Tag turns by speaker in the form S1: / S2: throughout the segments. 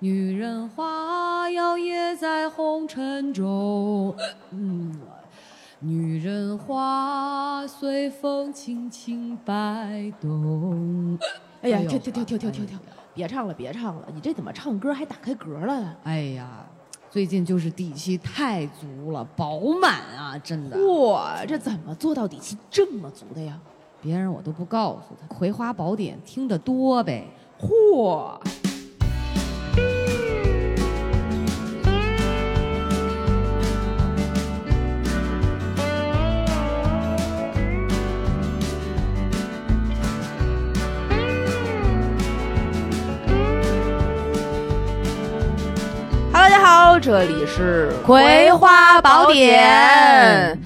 S1: 女人花摇曳在红尘中，嗯，女人花随风轻轻摆动。
S2: 哎呀，
S1: 呦
S2: 跳跳跳跳跳跳
S1: 哎
S2: 跳
S1: 呀！
S2: 别唱了，别唱了，你这怎么唱歌还打开嗝了？啊
S1: 哎呀，最近就是底气太足了，饱满啊，真的。
S2: 哇，这怎么做到底气这么足的呀？
S1: 别人我都不告诉他，《葵花宝典》听得多呗。
S2: 嚯！大家好，这里是《葵花宝典》。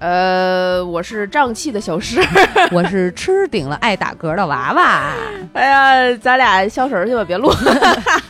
S2: 呃，我是胀气的小诗。
S1: 我是吃顶了爱打嗝的娃娃，
S2: 哎呀，咱俩消食儿去吧，别录。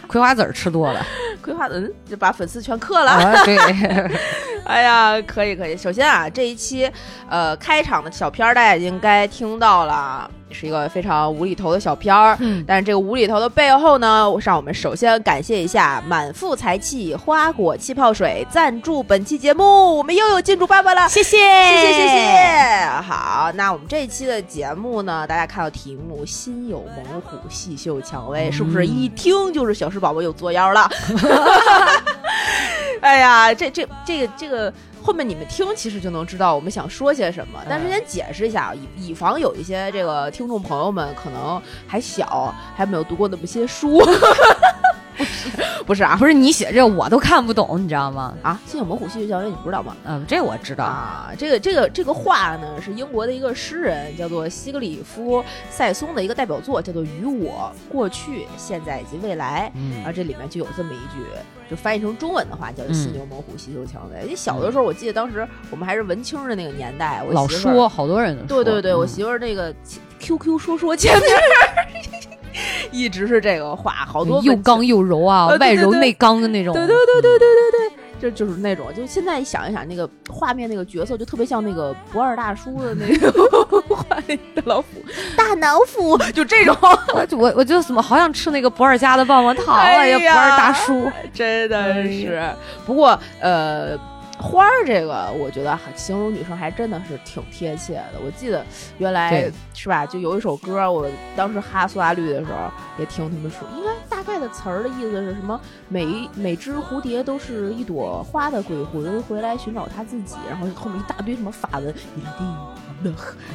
S1: 葵花籽儿吃 多了。
S2: 葵花嗯，就把粉丝全克了。
S1: 啊，对，
S2: 哎呀，可以可以。首先啊，这一期呃开场的小片儿大家应该听到了啊，是一个非常无厘头的小片儿。
S1: 嗯
S2: 但是这个无厘头的背后呢，让我们首先感谢一下满腹才气花果气泡水赞助本期节目，我们又有金主爸爸了。
S1: 谢谢，
S2: 谢
S1: 谢
S2: 谢谢谢，好，那我们这一期的节目呢，大家看到题目“心有猛虎，细嗅蔷
S1: 嗯
S2: 薇”，是不是一听就是小石宝宝又作妖了？ 哎呀，这这这个这个后面你们听其实就能知道我们想说些什
S1: 嗯
S2: 么，但是先解释一下啊，以以防有一些这个听众朋友们可能还小，还没有读过那么些书， 不是啊
S1: 不是你写这我都看不懂，你知道吗？
S2: 啊，心有猛虎，细嗅蔷薇，你不知道吗？
S1: 嗯，这我知道。
S2: 啊，这个这个这个画呢，是英国的一个诗人，叫做西格里夫·塞松的一个代表作，叫做《与我过去、现在以及未来》。
S1: 嗯
S2: 啊，这里面就有这么一句，就翻译成中文的话，叫“
S1: 嗯
S2: 犀牛猛虎，细嗅蔷薇”。因为小的时候，我记得当时我们还是文青的那个年代，我
S1: 老
S2: 媳妇儿
S1: 说，好多人都
S2: 对
S1: 说
S2: 对对，我
S1: 嗯
S2: 媳妇儿那个 QQ 说说签名儿 一直是这个画，好多
S1: 嗯又
S2: 文青
S1: 刚又柔啊，
S2: 呃对
S1: 外
S2: 对
S1: 柔
S2: 对
S1: 内刚的那种。
S2: 对对对对对对对，就就是那种，就现在想一想，那个画面那个角色就特别像那个不二大叔的那个 画那个老虎，大老虎，就这种，
S1: 对，我我我就怎么好想吃那个不二家的棒棒糖啊，
S2: 哎呀
S1: 呀，不二大叔。
S2: 真的是。不过呃，花儿这个，我觉得形容女生还真的是挺贴切的。我记得原来
S1: 对
S2: 是吧，就有一首歌，我当时哈苏打绿的时候也听他们说，应该大概的词儿的意思是什么？每每只蝴蝶都是一朵花的鬼魂，回来寻找它自己。然后后面一大堆什么法文，一拉丁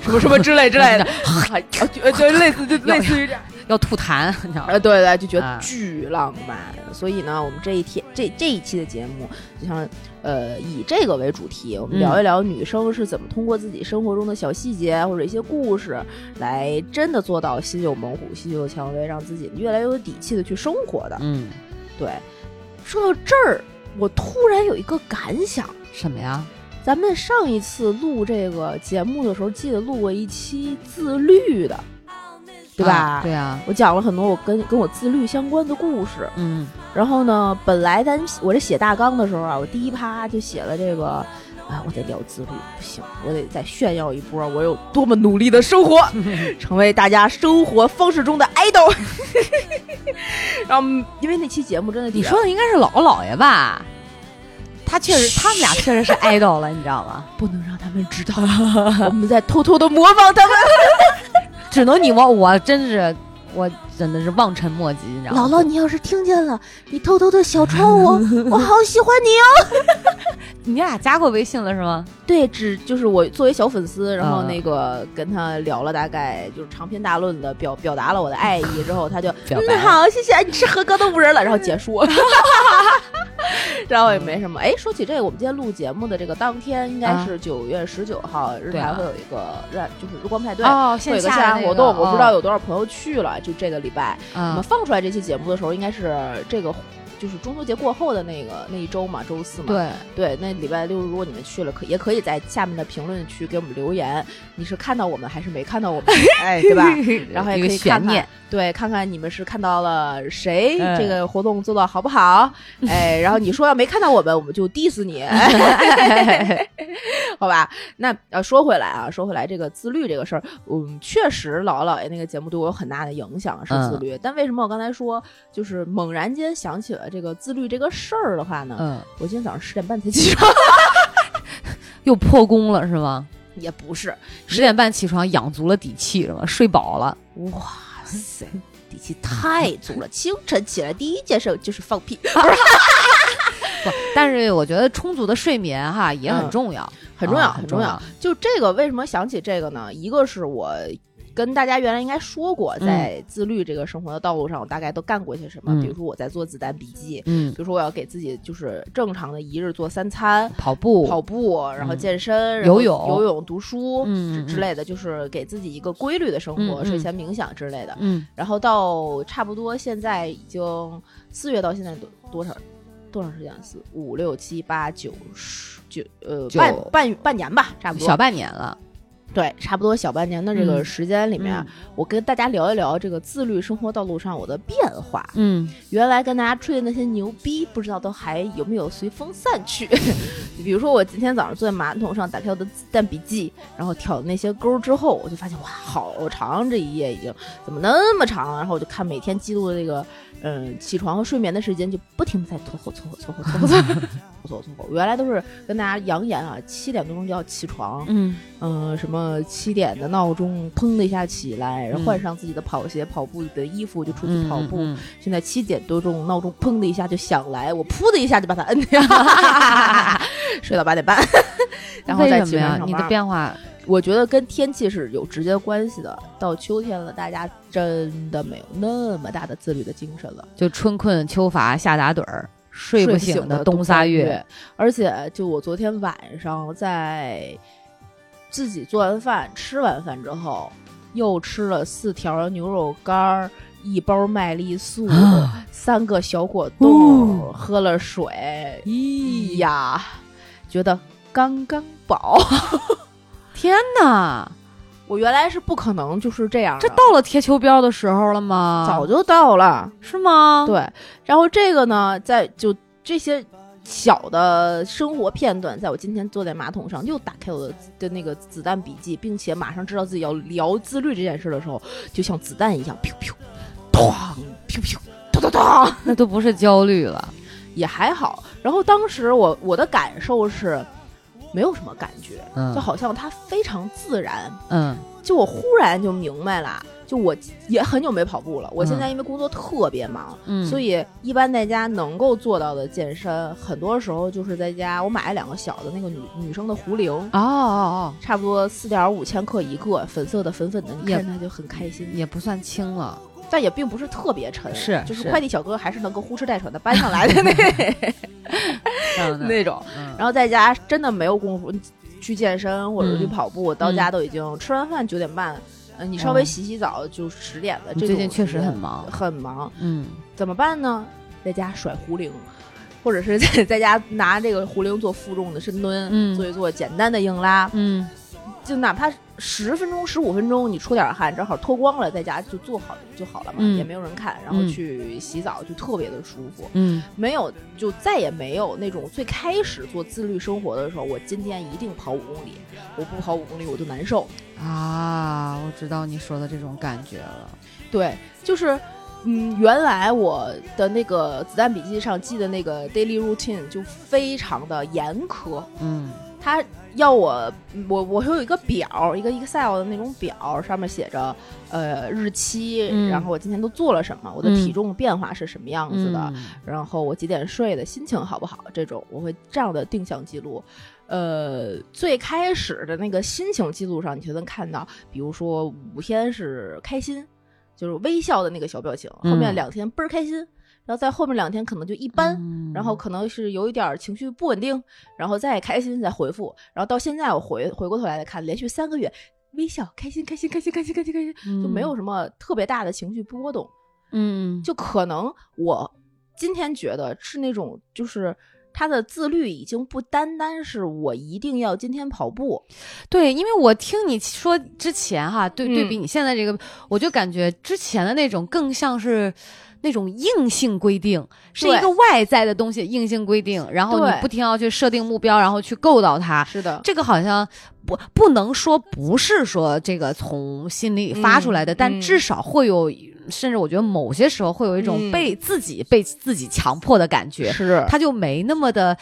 S2: 什么什么之类之类 的，啊，就就类似就类似于这样。
S1: 要吐痰，你知道吗？
S2: 呃，对对，就觉得
S1: 啊
S2: 巨浪漫。所以呢，我们这一天这这一期的节目，就像呃以这个为主题，我们
S1: 嗯
S2: 聊一聊女生是怎么通过自己生活中的小细节或者一些故事，来真的做到心有猛虎，心有蔷薇，让自己越来越有底气的去生活的。
S1: 嗯，
S2: 对，说到这儿，我突然有一个感想。
S1: 什么呀？
S2: 咱们上一次录这个节目的时候，记得录过一期自律的，对吧？
S1: 啊对啊，
S2: 我讲了很多我跟跟我自律相关的故事。
S1: 嗯
S2: 然后呢，本来咱我这写大纲的时候啊，我第一趴就写了这个，啊，我得聊自律，不行，我得再炫耀一波我有多么努力的 生活，成为大家生活方式中的 idol。然后，因为那期节目真的，
S1: 你说的应该是姥姥姥爷吧？他确实，他们俩确实是 idol 了，你知道吗？
S2: 不能让他们 知道， 我们在偷偷的模仿他们。
S1: 只能你我，我真是，我真的是望尘莫及，你知道
S3: 姥
S1: 吗？
S3: 姥，你要是听见了，你偷偷的小抄我， 我好喜欢你哦。
S1: 你俩加过微信了是吗？
S2: 对，只就是我作为小粉丝，然后
S1: 嗯
S2: 那个跟他聊了大概就是长篇大论的表表达了我的爱意之后，他就
S1: 表白
S2: 嗯好，谢谢，你是合格的五人了，然后结 束。然
S1: 嗯
S2: 后也没什么。哎，说起这个，我们今天录节目的这个当天应该
S1: 啊
S2: 是九月十九号，日
S1: 对
S2: 台
S1: 啊
S2: 会有一个日就是日光派对。
S1: 哦，
S2: 会有一个线
S1: 下
S2: 下
S1: 的
S2: 活
S1: 那
S2: 动，
S1: 个
S2: 我不知道
S1: 哦
S2: 有多少朋友去了。就这个礼拜，我
S1: 嗯
S2: 们放出来这期节目的时候，应该是这个就是中秋节过后的那个那一周嘛，周四嘛。
S1: 对，
S2: 对，那礼拜六如果你们去了，可也可以在下面的评论区给我们留言，你是看到我们还是没看到我 们，哎，对吧？然后也
S1: 一
S2: 可
S1: 个
S2: 以看
S1: 悬
S2: 看
S1: 念，，
S2: 对，看看你们是看到了谁，
S1: 嗯
S2: 这个活动做到好不好？哎，然后你说要没看到我们，我们就 diss 你， 好吧？那呃，说回来啊，说回来这个自律这个事儿，嗯，确实老姥爷那个节目对我有很大的影响，是自
S1: 嗯
S2: 律。但为什么我刚才说，就是猛然间想起了这个自律这个事儿的话呢？
S1: 嗯，
S2: 我今天早上十点半才起床，
S1: 又破功了是吗？
S2: 也不是，
S1: 十点半起床，养足了底气是吗？睡饱了，
S2: 哇塞，底气太足了。清晨起来第一件事就是放屁，
S1: 不，但是我觉得充足的睡眠哈也很
S2: 嗯
S1: 重要，
S2: 很重要，
S1: 啊
S2: 很
S1: 很
S2: 重
S1: 重
S2: 要
S1: 要。
S2: 就这个为什么想起这个呢？一个是我跟大家原来应该说过，
S1: 嗯
S2: 在自律这个生活的道路上，我大概都干过些什么。
S1: 嗯
S2: 比如说我在做子弹笔记，
S1: 嗯
S2: 比，如说我要给自己就是正常的一日做三餐。
S1: 跑步，
S2: 跑步，然后
S1: 嗯
S2: 健身，然
S1: 游
S2: 后
S1: 泳
S2: 游泳、读书
S1: 嗯嗯
S2: 之之类的，就是给自己一个规律的生活，
S1: 嗯嗯
S2: 睡前冥想之类的。
S1: 嗯，
S2: 然后到差不多现在已经四月到现在多多少多长时间？啊四五六七八九十九呃
S1: 九
S2: 半半半年吧，差不多
S1: 小半年了，
S2: 对，差不多小半年的这个
S1: 嗯
S2: 时间里面啊，我跟大家聊一聊这个自律生活道路上我的变化。
S1: 嗯，
S2: 原来跟大家吹的那些牛逼，不知道都还有没有随风散去。 比如说我今天早上坐在马桶上打开我的子弹笔记，然后挑的那些勾儿之后，我就发现哇，好长这一页已经怎么那么长啊？然后我就看每天记录的这个嗯起床和睡眠的时间，就不停的在拖后拖后拖后拖后拖 后拖后拖后。原来都是跟大家扬言啊，七点多钟就要起床，
S1: 嗯
S2: 嗯，什么七点的闹钟砰的一下起来，然后
S1: 嗯
S2: 换上自己的跑鞋、跑步的衣服就出去
S1: 嗯，
S2: 跑步。
S1: 嗯
S2: 现在七点多钟，闹钟砰的一下就响来，我噗的一下就把它摁掉， 睡到八点半， 然后
S1: 为
S2: 再
S1: 什
S2: 起
S1: 么
S2: 床
S1: 呀？
S2: 上
S1: 你的
S2: 班。
S1: 变化，
S2: 我觉得跟天气是有直接关系的。到秋天了，大家真的没有那么大的自律的精神了，
S1: 就春困秋乏夏打盹儿，睡
S2: 不
S1: 醒
S2: 的
S1: 冬
S2: 仨
S1: 仨月，。
S2: 而且，就我昨天晚上在自己做完饭、吃完饭之后，又吃了四条牛肉干儿。一包麦丽素，三个小果冻，
S1: 啊哦嗯
S2: 喝了水，哎
S1: 咦，
S2: 呀，觉得刚刚饱。
S1: 天哪！
S2: 我原来是不可能就是这样的，
S1: 这到了贴秋膘的时候了吗？
S2: 早就到了。
S1: 是吗？，
S2: 对，然后这个呢，在就这些小的生活片段，在我今天坐在马桶上又打开我的的那个子弹笔记，并且马上知道自己要聊自律这件事的时候，就像子弹一样，噗噗，咣，噗噗，咚咚咚。
S1: 那都不是焦虑了。
S2: 也还好。然后当时我我的感受是，没有什么感觉，
S1: 嗯
S2: 就好像它非常自然。
S1: 嗯
S2: 就我忽然就明白了，就我也很久没跑步了。我现在因为工作特别忙，
S1: 嗯，
S2: 所以一般在家能够做到的健身，很多时候就是在家。我买了两个小的那个女女生的壶铃。
S1: 哦哦
S2: 差不多四点五千克一个，粉色的粉粉的，你
S1: 也
S2: 看着它就很开心
S1: 哦，，也不算轻了。
S2: 但也并不是特别沉，
S1: 是
S2: 就是
S1: 是
S2: 快递小哥还是能够呼哧带喘的搬上来 的那 那种。
S1: 嗯
S2: 然后在家真的没有功夫去健身或者去
S1: 嗯哦
S2: 跑步，到家都已经吃完饭九点半，呃你稍微洗洗澡就十点了。这
S1: 你最
S2: 种
S1: 近确实
S2: 时间
S1: 很忙
S2: 很忙，
S1: 嗯，
S2: 怎么办呢？在家甩壶铃，或者是 在在家拿这个壶铃做负重的深蹲，
S1: 嗯
S2: 做一做简单的硬拉，
S1: 嗯，
S2: 就哪怕十分钟、十五分钟，你出点汗，正好脱光了，在家就做好就好了嘛，
S1: 嗯
S2: 也没有人看，然后
S1: 嗯
S2: 去洗澡就特别的舒服。
S1: 嗯
S2: 没有，就再也没有那种最开始做自律生活的时候，我今天一定跑五公里，我不跑五公里我就难受。
S1: 啊，我知道你说的这种感觉了。
S2: 对，就是，嗯，原来我的那个子弹笔记上记的那个 daily routine 就非常的严苛，
S1: 嗯
S2: 他要我，我我有一个表，一个 Excel 的那种表，上面写着，呃，日期，
S1: 嗯
S2: 然后我今天都做了什么，我的
S1: 嗯
S2: 体重变化是什么样子的，
S1: 嗯
S2: 然后我几点睡的，心情好不好，这种我会这样的定向记录。呃，最开始的那个心情记录上，你就能看到，比如说五天是开心，就是微笑的那个小表情，后面
S1: 嗯
S2: 两天倍儿开心，然后在后面两天可能就一般。
S1: 嗯
S2: 然后可能是有一点儿情绪不稳定，然后再开心再回复，然后到现在我回回过头来再看，连续三个月微笑开心开心开心开心开心开心，就没有什么特别大的情绪波动。
S1: 嗯，
S2: 就可能我今天觉得是那种就是。他的自律已经不单单是我一定要今天跑步，
S1: 对，因为我听你说之前哈，对对比
S2: 嗯
S1: 你现在这个，我就感觉之前的那种更像是那种硬性规定，是一
S2: 对
S1: 个外在的东西硬性规定，然后你
S2: 对
S1: 不停要去设定目标，然后去够到它。
S2: 是的，
S1: 这个好像不不能说不是说这个从心里发出来的，
S2: 嗯
S1: 但
S2: 嗯
S1: 至少会有，甚至我觉得某些时候会有一种
S2: 嗯
S1: 被自己、被自己强迫的感觉。
S2: 是
S1: 他就没那么的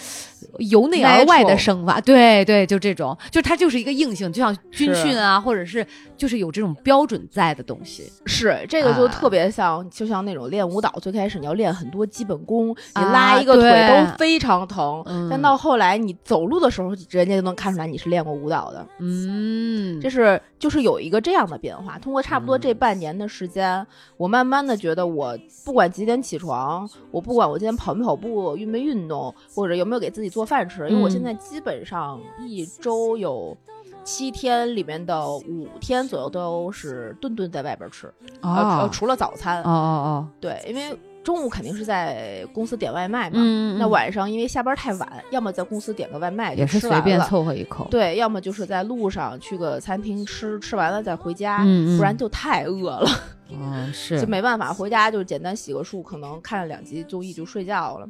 S1: 由内而外的
S2: Natural
S1: 生发，对对，就这种，就他就是一个硬性，就像军
S2: 是
S1: 训啊，或者是就是有这种标准在的东西。
S2: 是这个就
S1: 啊
S2: 特别像，就像那种练舞蹈，最开始你要练很多基本功，你
S1: 啊
S2: 拉一个腿
S1: 对
S2: 都非常疼，
S1: 嗯
S2: 但到后来你走路的时候，人家就能看出来你是练过舞蹈的。
S1: 嗯，
S2: 这是就是有一个这样的变化。通过差不多这半年的时间，我慢慢的觉得，我不管几点起床，我不管我今天跑没跑步、运没运动，或者有没有给自己做饭吃，因为我
S1: 嗯
S2: 现在基本上一周有。七天里面的五天左右都是顿顿在外边吃，
S1: 哦
S2: 呃呃，
S1: 哦
S2: 除了早餐，
S1: 哦哦，
S2: 对，因为中午肯定是在公司点外卖嘛，
S1: 嗯，
S2: 那
S1: 嗯
S2: 晚上因为下班太晚，要么在公司点个外卖
S1: 也是
S2: 就吃
S1: 随便
S2: 完了
S1: 凑合一口，
S2: 对，要么就是在路上去个餐厅吃，吃完了再回家，
S1: 嗯嗯
S2: 不然就太饿了，
S1: 嗯，
S2: 就是没办法，回家就简单洗个漱，可能看了两集综艺就睡觉了。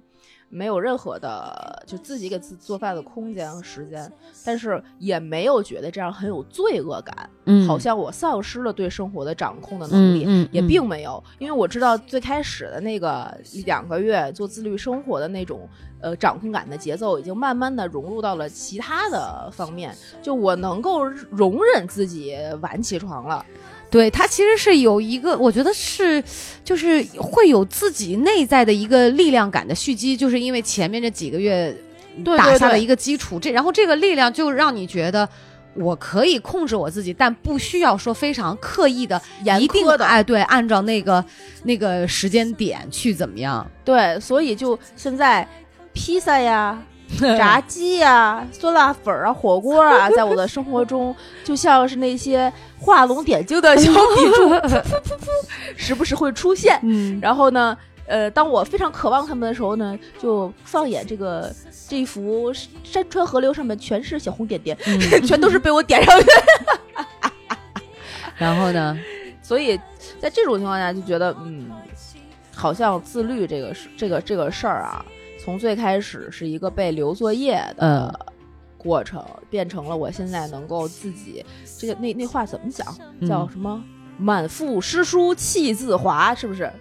S2: 没有任何的就自己给自己做饭的空间和时间，但是也没有觉得这样很有罪恶感，
S1: 嗯
S2: 好像我丧失了对生活的掌控的能
S1: 嗯
S2: 力。
S1: 嗯
S2: 也
S1: 嗯
S2: 并没有，因为我知道最开始的那个一两个月做自律生活的那种呃掌控感的节奏，已经慢慢的融入到了其他的方面，就我能够容忍自己晚起床了，
S1: 对他其实是有一个，我觉得是，就是会有自己内在的一个力量感的蓄积，就是因为前面这几个月
S2: 对
S1: 嗯打
S2: 对
S1: 下了
S2: 对
S1: 一个基础，这然后这个力量就让你觉得。我可以控制我自己，但不需要说非常刻意的，
S2: 严
S1: 一定
S2: 苛的，
S1: 哎，对，按照那个那个时间点去怎么样？
S2: 对，所以就现在披萨 呀。炸鸡呀、酸辣粉儿啊、火锅啊，在我的生活中，就像是那些画龙点睛的小 笔柱，噗噗噗噗时不时会出现。
S1: 嗯，
S2: 然后呢，呃，当我非常渴望他们的时候呢，就放眼这个这一幅山川河流上面全是小红点点，
S1: 嗯
S2: 全都是被我点上去 的。
S1: 然后呢？
S2: 所以在这种情况下，就觉得嗯，好像自律这个事，这个这个事儿啊，从最开始是一个被留作业
S1: 呃
S2: 的。过程变成了我现在能够自己这个那那话怎么讲？叫
S1: 嗯
S2: 什么？满腹诗书气自华，是不是？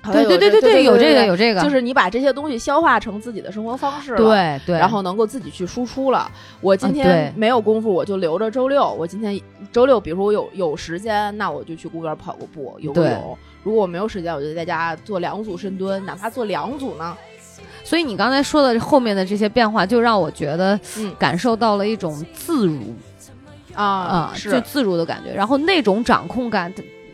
S2: 好像
S1: 对对对
S2: 这对
S1: 对，有这个
S2: 对
S1: 有这个，
S2: 就是你把这些东西消化成自己的生活方式了，，
S1: 对对，嗯
S2: 然后能够自己去输出了。我今
S1: 对
S2: 天没有功夫，我就留着周六。我今天周六，比如说我有有时间，那我就去公园跑个步，游个
S1: 对
S2: 泳。如果我没有时间，我就在家做两组深蹲，哪怕做两组呢。
S1: 所以你刚才说的后面的这些变化，就让我觉得
S2: 嗯
S1: 感受到了一种自如啊、
S2: 啊，
S1: 就是自如的感觉。然后那种掌控感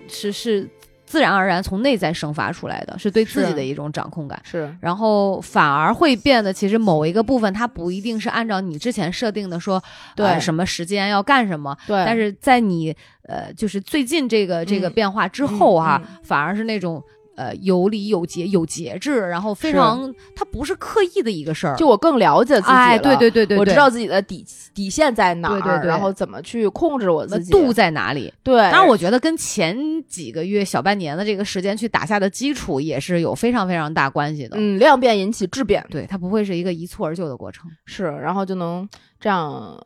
S1: 是是自然而然从内在生发出来的，是对自己
S2: 是
S1: 的一种掌控感。
S2: 是，
S1: 然后反而会变得，其实某一个部分它不一定是按照你之前设定的说，
S2: 对
S1: 呃什么时间要干什么，
S2: 对，
S1: 但是在你呃，就是最近这个这个
S2: 嗯
S1: 变化之后啊，
S2: 嗯
S1: 反而是那种呃有理有节、有节制，然后非
S2: 是
S1: 常它不是刻意的一个事儿，
S2: 就我更了解自己了。
S1: 哎，对对对对，
S2: 我
S1: 对
S2: 知道自己的底底线在哪儿，
S1: 对对对
S2: 然后怎么去控制我
S1: 那
S2: 自己。
S1: 度在哪里。
S2: 对，
S1: 当然，我觉得跟前几个月小半年的这个时间去打下的基础也是有非常非常大关系的。
S2: 嗯，量变引起质变。
S1: 对，它不会是一个一蹴而就的过程。
S2: 是，然后就能这样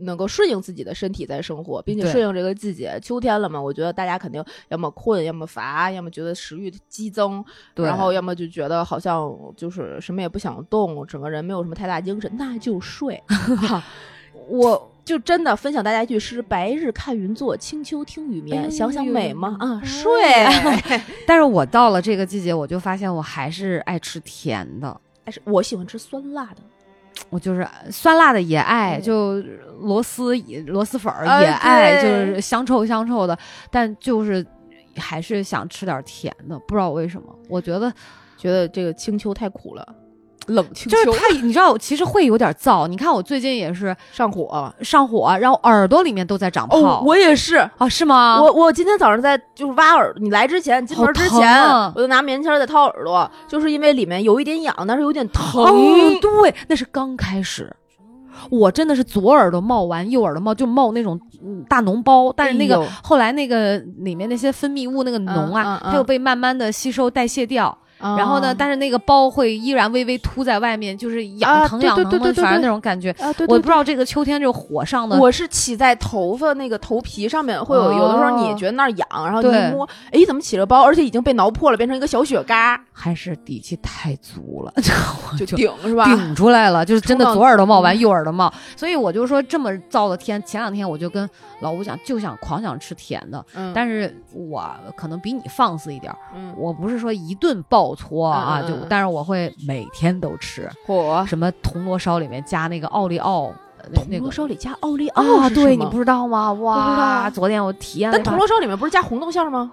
S2: 能够顺应自己的身体在生活，并且
S1: 对
S2: 顺应这个季节。秋天了嘛，我觉得大家肯定要么困，要么乏，要么觉得食欲激增，
S1: 对，
S2: 然后要么就觉得好像就是什么也不想动，整个人没有什么太大精神，那 就睡。我。就真的分享大家一句诗：“白日看云作，清秋听雨
S1: 哎呦
S2: 眠。想想
S1: 呦
S2: 美
S1: 呦
S2: 吗？
S1: 呦
S2: 啊，
S1: 哎
S2: 睡。
S1: 但是我到了这个季节，我就发现我还是爱吃甜的。
S2: 但是我喜欢吃酸辣的，
S1: 我就是酸辣的也爱，
S2: 嗯
S1: 就螺蛳也螺蛳粉儿
S2: 啊
S1: 也爱，就
S2: 对
S1: 是香臭香臭的，但就是还是想吃点甜的，不知道为什么。我觉得
S2: 觉得这个清秋太苦了。冷清
S1: 就是
S2: 秋
S1: 它，你知道，其实会有点燥。你看我最近也是
S2: 上火了
S1: 上火，然后耳朵里面都在长泡。
S2: 哦，我也是。
S1: 啊，是吗？
S2: 我我今天早上在就是挖耳，你来之前，你进门之前，
S1: 好疼啊
S2: 我就拿棉签在掏耳朵，就是因为里面有一点痒，但是有点疼。
S1: 哦，对，那是刚开始。我真的是左耳朵冒完，右耳朵冒就冒那种嗯大脓包，但是那个、
S2: 哎呦
S1: 后来那个里面那些分泌物那个脓啊，
S2: 嗯嗯嗯
S1: 它又被慢慢的吸收代谢掉。
S2: 啊
S1: 然后呢，但是那个包会依然微微凸在外面，就是痒
S2: 啊
S1: 疼
S2: 对
S1: 痒
S2: 对
S1: 疼
S2: 对
S1: 的，
S2: 对对
S1: 反正
S2: 对
S1: 那种感觉。
S2: 啊，对
S1: 我不知道这个秋天这火上的，
S2: 我是起在头发那个头皮上面，会有、
S1: 哦
S2: 有的时候你觉得那儿痒，然后你
S1: 对
S2: 一摸，哎，怎么起了包？而且已经被挠破了，变成一个小雪疙，
S1: 还是底气太足了， 我
S2: 就
S1: 就
S2: 顶是吧？
S1: 顶出来了，就是真的
S2: 冲到
S1: 左耳朵冒完右耳朵冒，所以我就说这么燥的天，前两天我就跟老吴讲，就想狂想吃甜的，
S2: 嗯，
S1: 但是我可能比你放肆一点儿，
S2: 嗯
S1: 我不是说一顿暴搓啊，
S2: 嗯嗯嗯
S1: 就
S2: 嗯
S1: 但是我会每天都吃，
S2: 火
S1: 什么铜锣烧里面加那个奥利奥，呃那
S2: 铜
S1: 那
S2: 锣
S1: 个。
S2: 烧里加奥利奥
S1: 啊，
S2: 是
S1: 对
S2: 什
S1: 你
S2: 么
S1: 不知道吗？
S2: 不知道
S1: 哇，
S2: 啊
S1: 昨天我体验了
S2: 但
S1: 一把，
S2: 铜锣烧里面不是加红豆馅儿吗？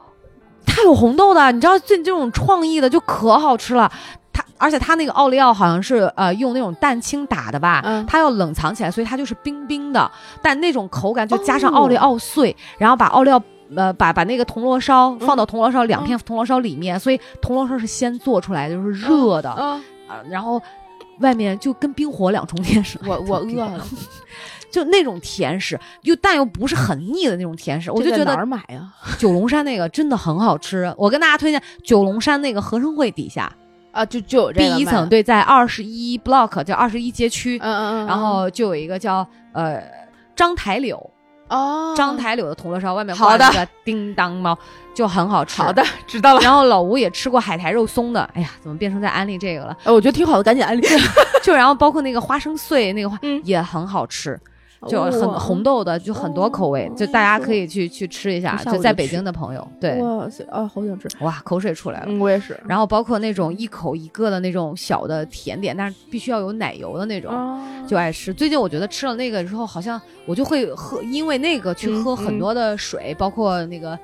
S1: 它有红豆的，你知道最近这种创意的就可好吃了。它而且它那个奥利奥好像是呃用那种蛋清打的吧，
S2: 嗯
S1: 它要冷藏起来，所以它就是冰冰的，但那种口感就加上
S2: 哦
S1: 奥利奥碎，然后把奥利奥。呃，把把那个铜锣
S2: 嗯
S1: 烧放到铜锣烧、两片铜锣烧里面，所以铜锣烧是先做出来的，就是热的，
S2: 啊，
S1: 啊然后外面就跟冰火两重天似的。
S2: 我我饿
S1: 冰火
S2: 了，
S1: 就那种甜食，又但又不是很腻的那种甜食，我就
S2: 这在
S1: 觉得
S2: 哪儿买啊呀？
S1: 九龙山那个真的很好吃，我跟大家推荐九龙山那个和生汇底下
S2: 啊，就就有这
S1: 第
S2: 个
S1: 一
S2: 卖
S1: 层，，对，在二十一 block 叫二十一街区
S2: 嗯，嗯嗯，
S1: 然后就有一个叫呃张台柳，
S2: 哦，
S1: 张台柳的铜锣烧，外面挂着
S2: 好
S1: 一个叮当猫，就很好吃。
S2: 好的， 知道了。
S1: 然后老吴也吃过海苔肉松的，哎呀，怎么变成在安利这个 了？
S2: 哎，我觉得挺好的，赶紧安利。
S1: 就然后包括那个花生碎那个花、
S2: 嗯
S1: 也很好吃，就很、
S2: 哇
S1: 红豆的，就很多口味，
S2: 哦
S1: 就大家可以去去吃一下，
S2: 我下午
S1: 就在
S2: 就
S1: 北
S2: 去
S1: 京的朋友，对，
S2: 哇塞，啊，好想吃。
S1: 哇，口水出来了。
S2: 嗯，我也是。
S1: 然后包括那种一口一个的那种小的甜点，但是必须要有奶油的那种，
S2: 啊，
S1: 就爱哦吃。最近我觉得吃了那个之后，好像我就会喝，因为那个去
S2: 嗯
S1: 喝很多的水，包括那个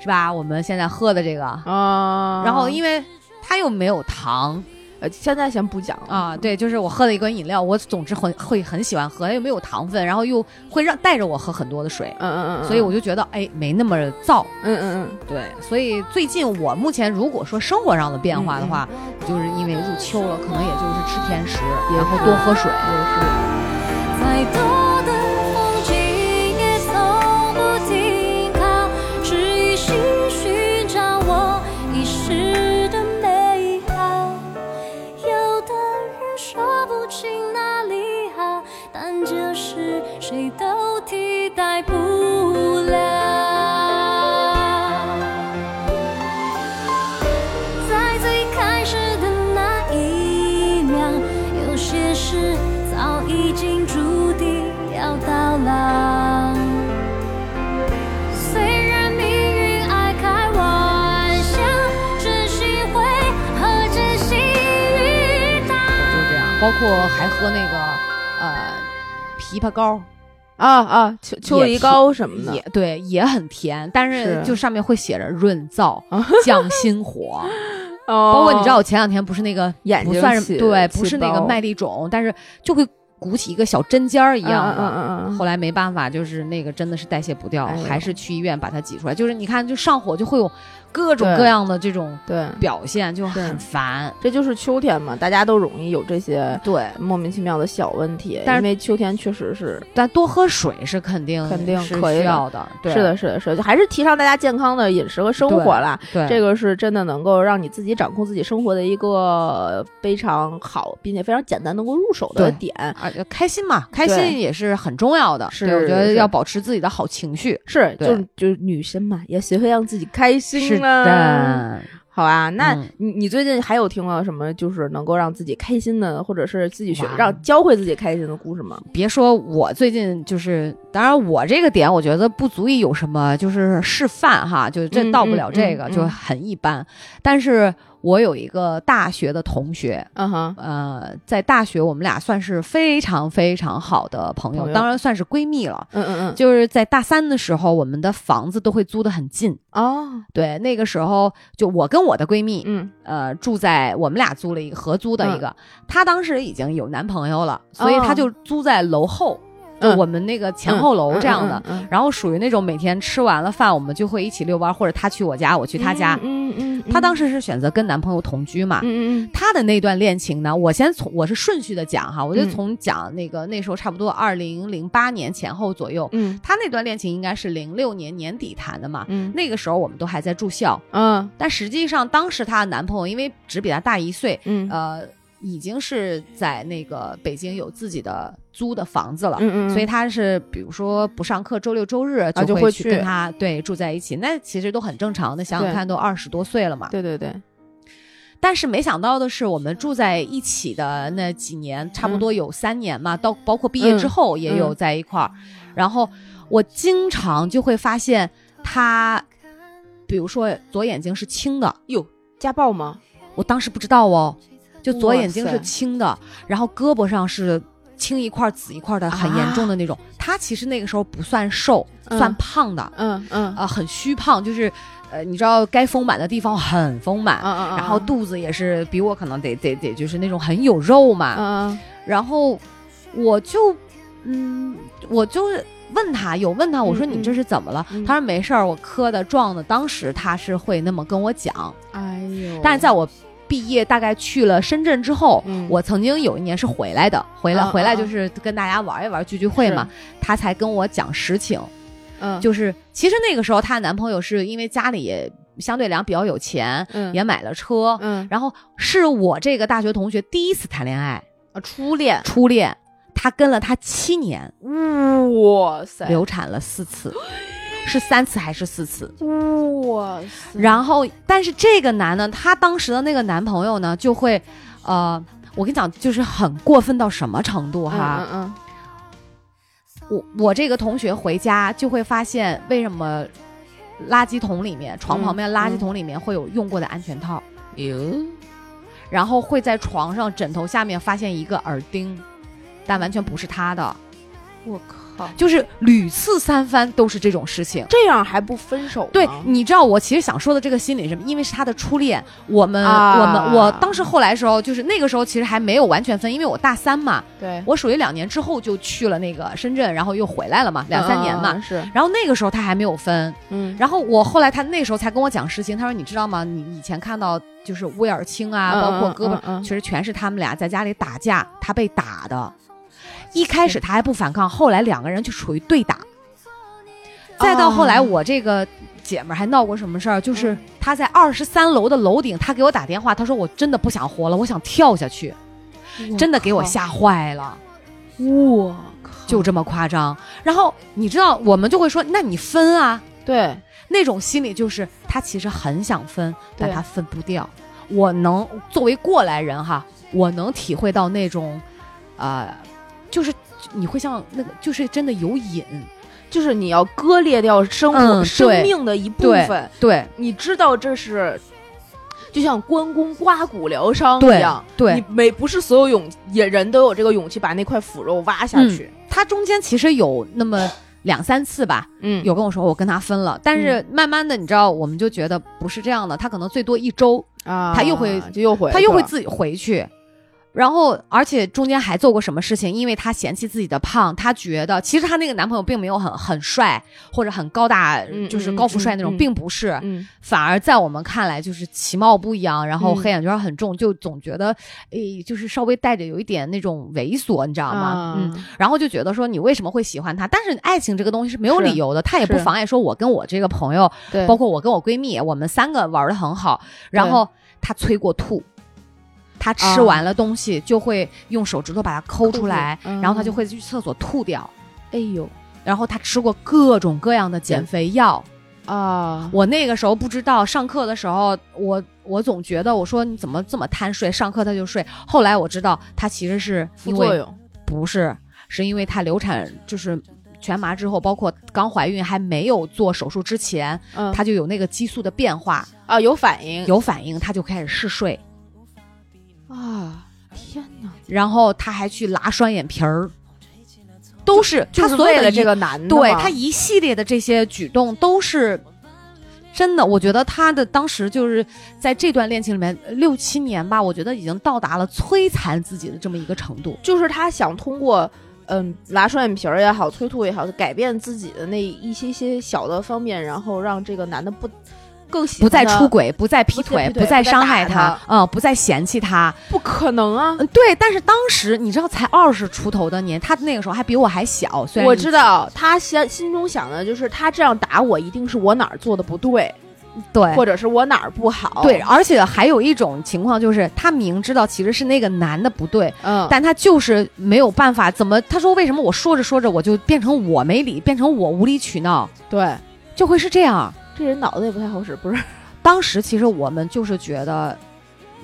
S1: 是吧？我们现在喝的这个，
S2: 啊，
S1: 然后因为。它又没有糖
S2: 呃现在先不讲了
S1: 啊，对，就是我喝了一罐饮料，我总之很会很喜欢喝，它又没有糖分，然后又会让带着我喝很多的水，
S2: 嗯嗯嗯，
S1: 所以我就觉得哎没那么燥，
S2: 嗯嗯
S1: 对，所以最近我目前如果说生活上的变化的话，
S2: 嗯
S1: 就是因为入秋了，可能也就是吃甜食，然后多喝水。
S2: 嗯，也是。
S4: 再多的风景也从不停靠，只一心寻找我一世的美好。有的人说不清哪里好，但这事谁都替代不了。在最开始的那一秒，有些事早已经注定要到老。虽然命运爱开玩笑，真心会和真心遇到。
S1: 就这样，包括还喝那个呃枇杷膏，
S2: 啊啊，秋秋
S1: 也
S2: 梨
S1: 是
S2: 膏什么
S1: 也
S2: 的，
S1: 对，也很甜，但是
S2: 是
S1: 就上面会写着润 燥、降心火。
S2: 哦
S1: 包括你知道，我前两天不是那个
S2: 眼睛
S1: 不算是
S2: 起
S1: 对，
S2: 起
S1: 不是那个
S2: 包
S1: 麦粒肿，但是就会鼓起一个小针尖儿一样啊的。
S2: 嗯嗯嗯嗯
S1: 后来没办法，就是那个真的是代谢不掉，
S2: 哎呦
S1: 还是去医院把它挤出来。就是你看，就上火就会有各种各样的这种
S2: 对，
S1: 表现，就很
S2: 对
S1: 烦。
S2: 这就是秋天嘛，大家都容易有这些
S1: 对，
S2: 莫名其妙的小问题，
S1: 但是
S2: 因为秋天确实是
S1: 但多喝水是肯定
S2: 肯定
S1: 是
S2: 可以
S1: 需
S2: 的
S1: 要的，对，
S2: 是的，，是的，是的，还是提倡大家健康的饮食和生活啦。
S1: 对，
S2: 这个是真的能够让你自己掌控自己生活的一个非常好，并且非常简单能够入手的
S1: 对
S2: 点。
S1: 啊，开心嘛，开心也是很重要的。
S2: 是
S1: 对我觉得
S2: 是
S1: 要保持自己的好情绪。
S2: 是，
S1: 对
S2: 就是就是女生嘛，也学会让自己开
S1: 是
S2: 心啦。
S1: 的，
S2: 好啊，那
S1: 嗯
S2: 你你最近还有听到什么就是能够让自己开心的，或者是自己学
S1: 哇
S2: 让教会自己开心的故事吗？
S1: 别说我最近就是，当然我这个点我觉得不足以有什么就是示范哈，就这
S2: 嗯
S1: 到不了这
S2: 嗯
S1: 个，
S2: 嗯
S1: 就很一般。但是我有一个大学的同学，
S2: 嗯哼，
S1: 呃，在大学我们俩算是非常非常好的朋友，
S2: 朋友
S1: 当然算是闺蜜了。
S2: 嗯嗯嗯，
S1: 就是在大三的时候，我们的房子都会租得很近。
S2: 哦，
S1: 对，那个时候就我跟我的闺蜜，
S2: 嗯，
S1: 呃，住在我们俩租了一个合租的一个，她当时已经有男朋友了，所以
S2: 哦
S1: 她就租在楼后，就
S2: 嗯
S1: 我们那个前后楼这样的。
S2: 嗯，嗯
S1: 然后属于那种每天吃完了饭，我们就会一起遛弯，或者她去我家，我去她家。
S2: 嗯嗯，嗯
S1: 她当时是选择跟男朋友同居嘛。
S2: 嗯嗯
S1: 她的那段恋情呢，我先从我是顺序的讲哈，我就
S2: 嗯
S1: 从讲那个那时候差不多二零零八年前后左右，
S2: 嗯
S1: 她那段恋情应该是零六年年底谈的嘛，
S2: 嗯
S1: 那个时候我们都还在住校，
S2: 嗯
S1: 但实际上当时她的男朋友因为只比她大一岁，
S2: 嗯
S1: 呃，已经是在那个北京有自己的租的房子了。
S2: 嗯嗯，啊
S1: 所以她是，比如说不上课，周六周日
S2: 就
S1: 会
S2: 会
S1: 去
S2: 去
S1: 跟他、对住在一起，那其实都很正常的。想想
S2: 对
S1: 看，都二十多岁了嘛。
S2: 对对对，
S1: 但是没想到的是，我们住在一起的那几年，差不多
S2: 嗯
S1: 有三年嘛，到包括毕业之后也有在一块儿。然后我经常就会发现他，比如说左眼睛是青的，
S2: 哟，家暴吗？
S1: 我当时不知道哦，就左眼睛
S2: 哇
S1: 是
S2: 塞
S1: 青的，然后胳膊上是青一块紫一块
S2: 啊
S1: 的，很严重的那种。他其实那个时候不算瘦，
S2: 嗯
S1: 算胖的，
S2: 嗯嗯
S1: 啊、很虚胖，就是呃，你知道该丰满的地方很丰满。
S2: 嗯嗯，
S1: 然后肚子也是比我可能得得得就是那种很有肉嘛，
S2: 嗯
S1: 然后我就嗯，我就是问他有问他，我说
S2: 嗯
S1: 你这是怎么了？
S2: 嗯
S1: 他说没事儿，我磕的撞的，当时他是会那么跟我讲，
S2: 哎呦，
S1: 但是在我。毕业大概去了深圳之后，
S2: 嗯
S1: 我曾经有一年是回来的，回来、
S2: 啊
S1: 回来
S2: 啊
S1: 就是跟大家玩一玩聚聚会嘛，他才跟我讲实情，
S2: 嗯
S1: 就是其实那个时候她男朋友是因为家里也相对来讲比较有钱，
S2: 嗯
S1: 也买了车，
S2: 嗯
S1: 然后是我这个大学同学第一次谈恋爱，
S2: 啊初恋，
S1: 初恋，她跟了他七年，
S2: 哇塞，
S1: 流产了四次，是三次还是四次？
S2: 哇塞，
S1: 然后，但是这个男呢，他当时的那个男朋友呢，就会，呃，我跟你讲，就是很过分到什么程度哈？
S2: 嗯嗯
S1: 我我这个同学回家就会发现，为什么垃圾桶里面、床旁边
S2: 嗯
S1: 垃圾桶里面会有用过的安全套，
S2: 嗯，哟，
S1: 然后会在床上枕头下面发现一个耳钉，但完全不是他的，
S2: 我靠，
S1: 就是屡次三番都是这种事情。
S2: 这样还不分手吗？
S1: 对，你知道我其实想说的这个心理是什么？因为是他的初恋，我们、
S2: 啊
S1: 我们我当时后来的时候，就是那个时候其实还没有完全分，因为我大三嘛，
S2: 对，
S1: 我属于两年之后就去了那个深圳，然后又回来了嘛，两三年嘛。
S2: 嗯嗯嗯是，
S1: 然后那个时候他还没有分，
S2: 嗯，
S1: 然后我后来他那时候才跟我讲事情，他说你知道吗？你以前看到就是威尔青啊，
S2: 嗯
S1: 包括胳膊，
S2: 嗯嗯嗯
S1: 其实全是他们俩在家里打架，他被打的。一
S2: 嗯
S1: 开始他还不反抗，后来两个人就处于对打，再到后来
S2: 哦
S1: 我这个姐们儿还闹过什么事儿？
S2: 嗯
S1: 就是她在二十三楼的楼顶，她给我打电话，她说我真的不想活了，我想跳下去，
S2: 嗯
S1: 真的给我吓坏了。
S2: 我靠，
S1: 就这么夸张，然后你知道，我们就会说，那你分啊，
S2: 对，
S1: 那种心理就是他其实很想分，但
S2: 对
S1: 他分不掉。我能作为过来人哈，我能体会到那种，呃，就是你会像那个，就是真的有瘾，
S2: 就是你要割裂掉生活、
S1: 嗯对
S2: 生命的一部分，
S1: 对
S2: 你知道这是。就像关公刮骨疗伤
S1: 对
S2: 一样，
S1: 对
S2: 你没不是所有勇也人都有这个勇气把那块腐肉挖
S1: 嗯
S2: 下去，
S1: 他中间其实有那么两三次吧，
S2: 嗯
S1: 有跟我说我跟他分了，但是慢慢的你知道，我们就觉得不是这样的，他可能最多一周，
S2: 啊，
S1: 他又会
S2: 就又会
S1: 他又会
S2: 自
S1: 自己回去。然后，而且中间还做过什么事情？因为她嫌弃自己的胖，她觉得其实她那个男朋友并没有很很帅或者很高大，
S2: 嗯
S1: 就是
S2: 嗯
S1: 高富帅那种，
S2: 嗯嗯
S1: 并不是，
S2: 嗯
S1: 反而在我们看来就是其貌不扬，然后
S2: 嗯
S1: 黑眼圈很重，就总觉得，诶，就是稍微带着有一点那种猥琐，你知道吗？嗯，
S2: 啊
S1: 然后就觉得说你为什么会喜欢他？但是爱情这个东西是没有
S2: 是
S1: 理由的，他也不
S2: 是
S1: 妨碍说我跟我这个朋友，
S2: 对，
S1: 包括我跟我闺蜜，我们三个玩的很好。然
S2: 对
S1: 后她催过吐，她吃
S2: 啊
S1: 完了东西就会用手指头把它抠
S2: 出
S1: 出来，
S2: 来
S1: 然后她就
S2: 嗯
S1: 会去厕所吐掉。
S2: 哎呦
S1: 然后她吃过各种各样的减肥药，
S2: 嗯啊，
S1: 我那个时候不知道，上课的时候我我总觉得我说你怎么这么贪睡，上课她就睡。后来我知道她其实是
S2: 副
S1: 因
S2: 作
S1: 为
S2: 用
S1: 不是，是因为她流产就是全麻之后，包括刚怀孕还没有做手术之前，
S2: 嗯
S1: 她就有那个激素的变化，
S2: 啊，有反应
S1: 有反应他就开始嗜睡，
S2: 啊！天哪，
S1: 然后他还去拉双眼皮儿，都是
S2: 就
S1: 他
S2: 是
S1: 所有
S2: 为
S1: 的
S2: 了
S1: 一
S2: 这个啊男的吗，
S1: 对他一系列的这些举动都是真的，我觉得他的当时就是在这段恋情里面呃六七年吧，我觉得已经到达了摧残自己的这么一个程度。
S2: 就是他想通过嗯拉双眼皮儿也好，催吐也好，改变自己的那一些些小的方面，然后让这个男的不更喜
S1: 不
S2: 欢
S1: 再
S2: 他
S1: 出，轨，不再劈
S2: 不再
S1: 腿
S2: 劈，腿
S1: 不再
S2: 不再
S1: 伤害
S2: 打
S1: 他，嗯，不再嫌弃他，
S2: 不可能啊！
S1: 嗯，对。但是当时你知道，才二十出头的年，他那个时候还比我还小，虽然
S2: 我
S1: 你
S2: 知道他心心中想的就是他这样打我，一定是我哪儿做的不对，
S1: 对，
S2: 或者是我哪儿不好。
S1: 对，，而且还有一种情况就是，他明知道其实是那个男的不对，
S2: 嗯，
S1: 但他就是没有办法。怎么？他说为什么我说着说着我就变成我没理，变成我无理取闹，
S2: 对，
S1: 就会是这样。
S2: 这人脑子也不太好使，不是？
S1: 当时其实我们就是觉得，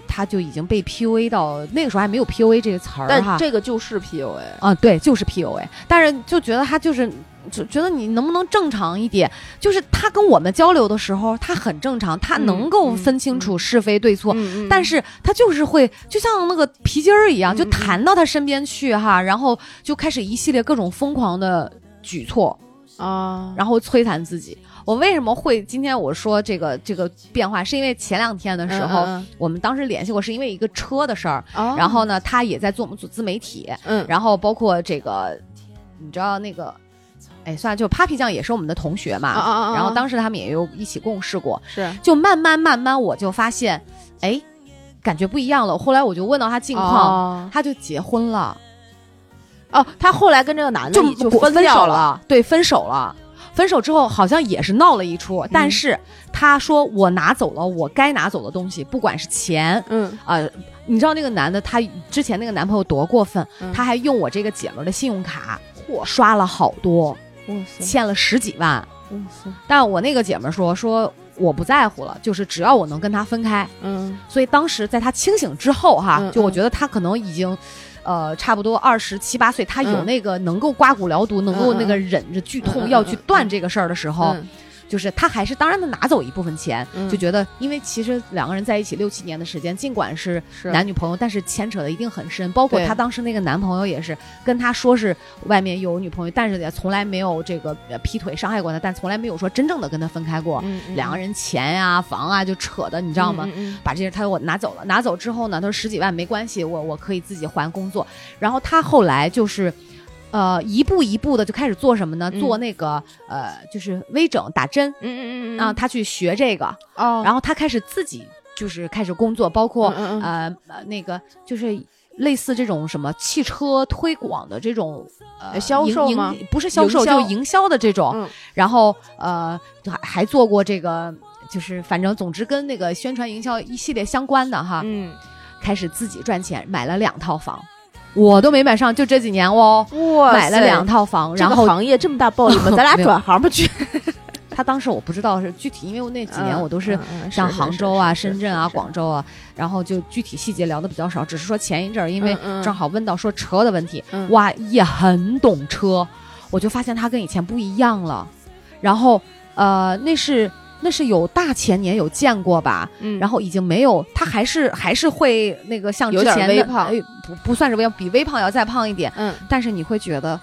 S1: 他就已经被 PUA 到那个时候还没有 PUA 这个词儿哈
S2: 但。这个就是 PUA，
S1: 啊，对，就是 PUA，但是就觉得他就是。就觉得你能不能正常一点？就是他跟我们交流的时候，他很正常，他
S2: 嗯
S1: 能够
S2: 嗯
S1: 分清
S2: 嗯
S1: 楚是非对错，
S2: 嗯
S1: 但是他就是会就像那个皮筋儿一样，
S2: 嗯
S1: 就
S2: 嗯嗯
S1: 弹到他身边去哈，然后就开始一系列各种疯狂的举措，
S2: 啊，
S1: 然后摧残自己。我为什么会今天我说这个这个变化，是因为前两天的时候，
S2: 嗯
S1: 我们当时联系过，是因为一个车的事儿。
S2: 嗯
S1: 然后呢，他也在做我们做自媒体，
S2: 嗯
S1: 然后包括这个，你知道那个，哎，算了，就 Papi 酱也是我们的同学嘛，
S2: 啊啊啊啊
S1: 然后当时他们也有一起共事过，
S2: 是
S1: 就慢慢慢慢，我就发现，哎，感觉不一样了。后来我就问到他近况，
S2: 哦
S1: 他就结婚了，
S2: 哦，他后来跟这个男的
S1: 就
S2: 就
S1: 分
S2: 掉
S1: 手，了，对，分手了。分手之后好像也是闹了一出，但
S2: 嗯
S1: 是他说我拿走了我该拿走的东西，不管是钱。
S2: 嗯，
S1: 呃，你知道那个男的，他之前那个男朋友多过分，
S2: 嗯
S1: 他还用我这个姐们儿的信用卡刷了好多，
S2: 哇塞，
S1: 欠了十几万。
S2: 哇塞，
S1: 但我那个姐们儿说，说我不在乎了，就是只要我能跟他分开，
S2: 嗯
S1: 所以当时在他清醒之后哈，
S2: 嗯
S1: 就我觉得他可能已经。呃，差不多二十七八岁，他有
S2: 嗯
S1: 那个能够刮骨疗毒，能够
S2: 嗯嗯
S1: 那个忍着剧痛
S2: 嗯嗯
S1: 要去
S2: 嗯
S1: 断
S2: 嗯
S1: 这个事儿的时候，
S2: 嗯
S1: 就是他还是当然他拿走一部分钱，
S2: 嗯
S1: 就觉得因为其实两个人在一起六七年的时间，尽管是
S2: 是
S1: 男女朋友，但是牵扯的一定很深。包括
S2: 对
S1: 他当时那个男朋友也是跟他说是外面有女朋友，但是也从来没有这个呃劈腿伤害过他，但从来没有说真正的跟他分开过。
S2: 嗯嗯
S1: 两个人钱呀、房啊就扯的，你知道吗？
S2: 嗯嗯嗯
S1: 把这些他给我拿走了，拿走之后呢，他说十几万没关系，我我可以自己还工作。然后他后来就是，呃，一步一步的就开始做什么呢？
S2: 嗯
S1: 做那个呃，就是微整打针
S2: 嗯嗯嗯嗯
S1: 啊，他去学这个，
S2: 哦，
S1: 然后他开始自己就是开始工作，包括
S2: 嗯嗯嗯
S1: 呃呃那个就是。类似这种什么汽车推广的这种呃
S2: 呃销售
S1: 营
S2: 吗
S1: 营不是销售
S2: 营销
S1: 就营销的这种，
S2: 嗯
S1: 然后呃还还做过这个，就是反正总之跟那个宣传营销一系列相关的哈，
S2: 嗯
S1: 开始自己赚钱，买了两套房，我都没买上，就这几年哦，
S2: 哇塞，
S1: 买了两套房，
S2: 这
S1: 然
S2: 个
S1: 后
S2: 行业这么大暴利 吗？咱俩
S1: 没有
S2: 转行吧去。
S1: 他当时我不知道是具体，因为我那几年我都是
S2: 嗯嗯嗯
S1: 像
S2: 是是
S1: 杭州啊、
S2: 是是
S1: 深圳啊、
S2: 是是
S1: 广州啊，然后就具体细节聊的比较少，只是说前一阵儿因为
S2: 嗯嗯
S1: 正好问到说车的问题，
S2: 嗯
S1: 哇，也很懂车，我就发现他跟以前不一样了。然后呃，那是那是有大前年有见过吧，
S2: 嗯
S1: 然后已经没有，他还是还是会那个像
S2: 有
S1: 之
S2: 点
S1: 前的
S2: 微胖
S1: 哎不不算是微胖，比微胖要再胖一点，
S2: 嗯，
S1: 但是你会觉得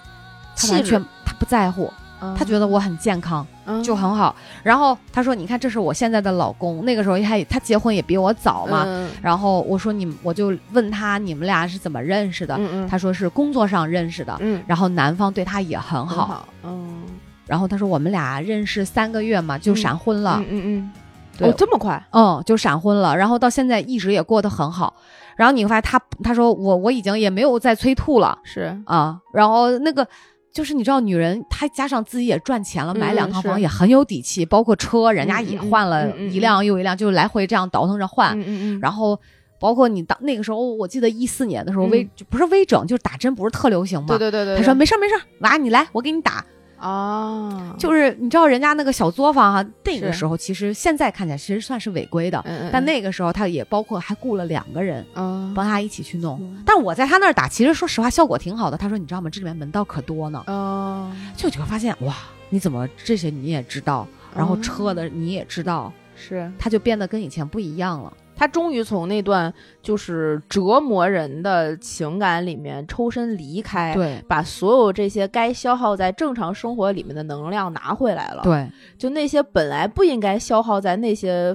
S1: 他完
S2: 气质
S1: 全他不在乎，他觉得我很健康。
S2: 嗯
S1: 就很好。然后他说：“你看，这是我现在的老公，那个时候哎他也他结婚也比我早嘛。
S2: 嗯
S1: 然后我说：“你我就问他你们俩是怎么认识的？”
S2: 嗯
S1: 他说是工作上认识的。
S2: 嗯
S1: 然后男方对他也很
S2: 很
S1: 好，
S2: 嗯
S1: 然后他说我们俩认识三个月嘛就
S2: 嗯
S1: 闪婚了，
S2: 嗯嗯嗯，
S1: 对
S2: 哦这么快
S1: 嗯，就闪婚了，然后到现在一直也过得很好。然后你会发现他他说我我已经也没有再催吐了，
S2: 是
S1: 啊，然后那个就是你知道，女人她加上自己也赚钱了，
S2: 嗯
S1: 买两套房
S2: 是
S1: 也很有底气，包括车，人家
S2: 嗯
S1: 也
S2: 嗯
S1: 换了
S2: 嗯嗯
S1: 一辆又一辆，就是来回这样倒腾着换。
S2: 嗯嗯嗯，
S1: 啊然后包括你当那个时候，我记得一四年的时候微、就不是微整，就是打针不是特流行
S2: 对
S1: 嘛。
S2: 对对对，
S1: 他说没事儿没事儿，娃你来，我给你打。
S2: 啊，
S1: 就是你知道人家那个小作坊哈、那个
S2: 是
S1: 时候其实现在看起来其实算是违规的，
S2: 嗯嗯
S1: 但那个时候他也包括还雇了两个人，
S2: 嗯
S1: 帮他一起去弄
S2: 嗯。
S1: 但我在他那儿打，其实说实话效果挺好的。他说：“你知道吗？这里面门道可多呢。
S2: 哦，嗯
S1: 就你会发现，哇，你怎么这些你也知道，然后车的你也知道，
S2: 哦是
S1: 他就变得跟以前不一样了。
S2: 他终于从那段就是折磨人的情感里面抽身离开，
S1: 对
S2: 把所有这些该消耗在正常生活里面的能量拿回来了。
S1: 对，
S2: 就那些本来不应该消耗在那些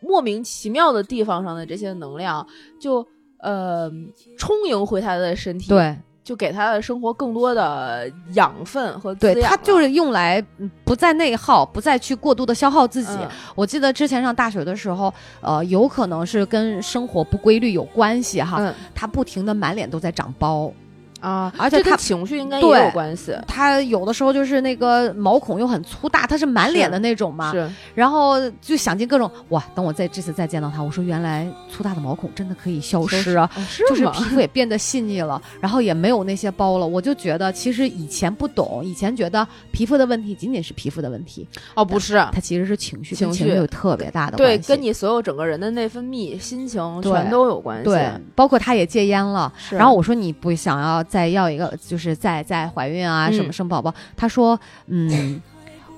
S2: 莫名其妙的地方上的这些能量，就呃充盈回他的身体，，
S1: 对
S2: 就给他的生活更多的养分和滋
S1: 对，
S2: 养
S1: 他
S2: 了。
S1: 就是用来嗯不再内耗，不再去过度的消耗自己。
S2: 嗯
S1: 我记得之前上大学的时候，呃，有可能是跟生活不规律有关系哈，
S2: 嗯
S1: 他不停的满脸都在长包，
S2: 啊，
S1: 而且
S2: 这
S1: 他
S2: 跟情绪应该
S1: 对
S2: 也有关系，
S1: 他有的时候就是那个毛孔又很粗大，他是满脸
S2: 是
S1: 的那种嘛，
S2: 是
S1: 然后就想尽各种哇，等我再这次再见到他，我说原来粗大的毛孔真的可以消失啊。
S2: 哦是
S1: 就是
S2: 吗
S1: 皮肤也变得细腻了，然后也没有那些包了。我就觉得，其实以前不懂，以前觉得皮肤的问题仅仅是皮肤的问题，
S2: 哦，不是，
S1: 它其实是情绪，
S2: 情
S1: 跟情
S2: 绪
S1: 有特别大的
S2: 对，
S1: 关系。
S2: 跟你所有整个人的内分泌、心情
S1: 对
S2: 全都有关系。
S1: 对，包括他也戒烟了。
S2: 是嗯
S1: 然后我说你不想要再要一个，就是再再怀孕啊，
S2: 嗯
S1: 什么生宝宝？她说，嗯，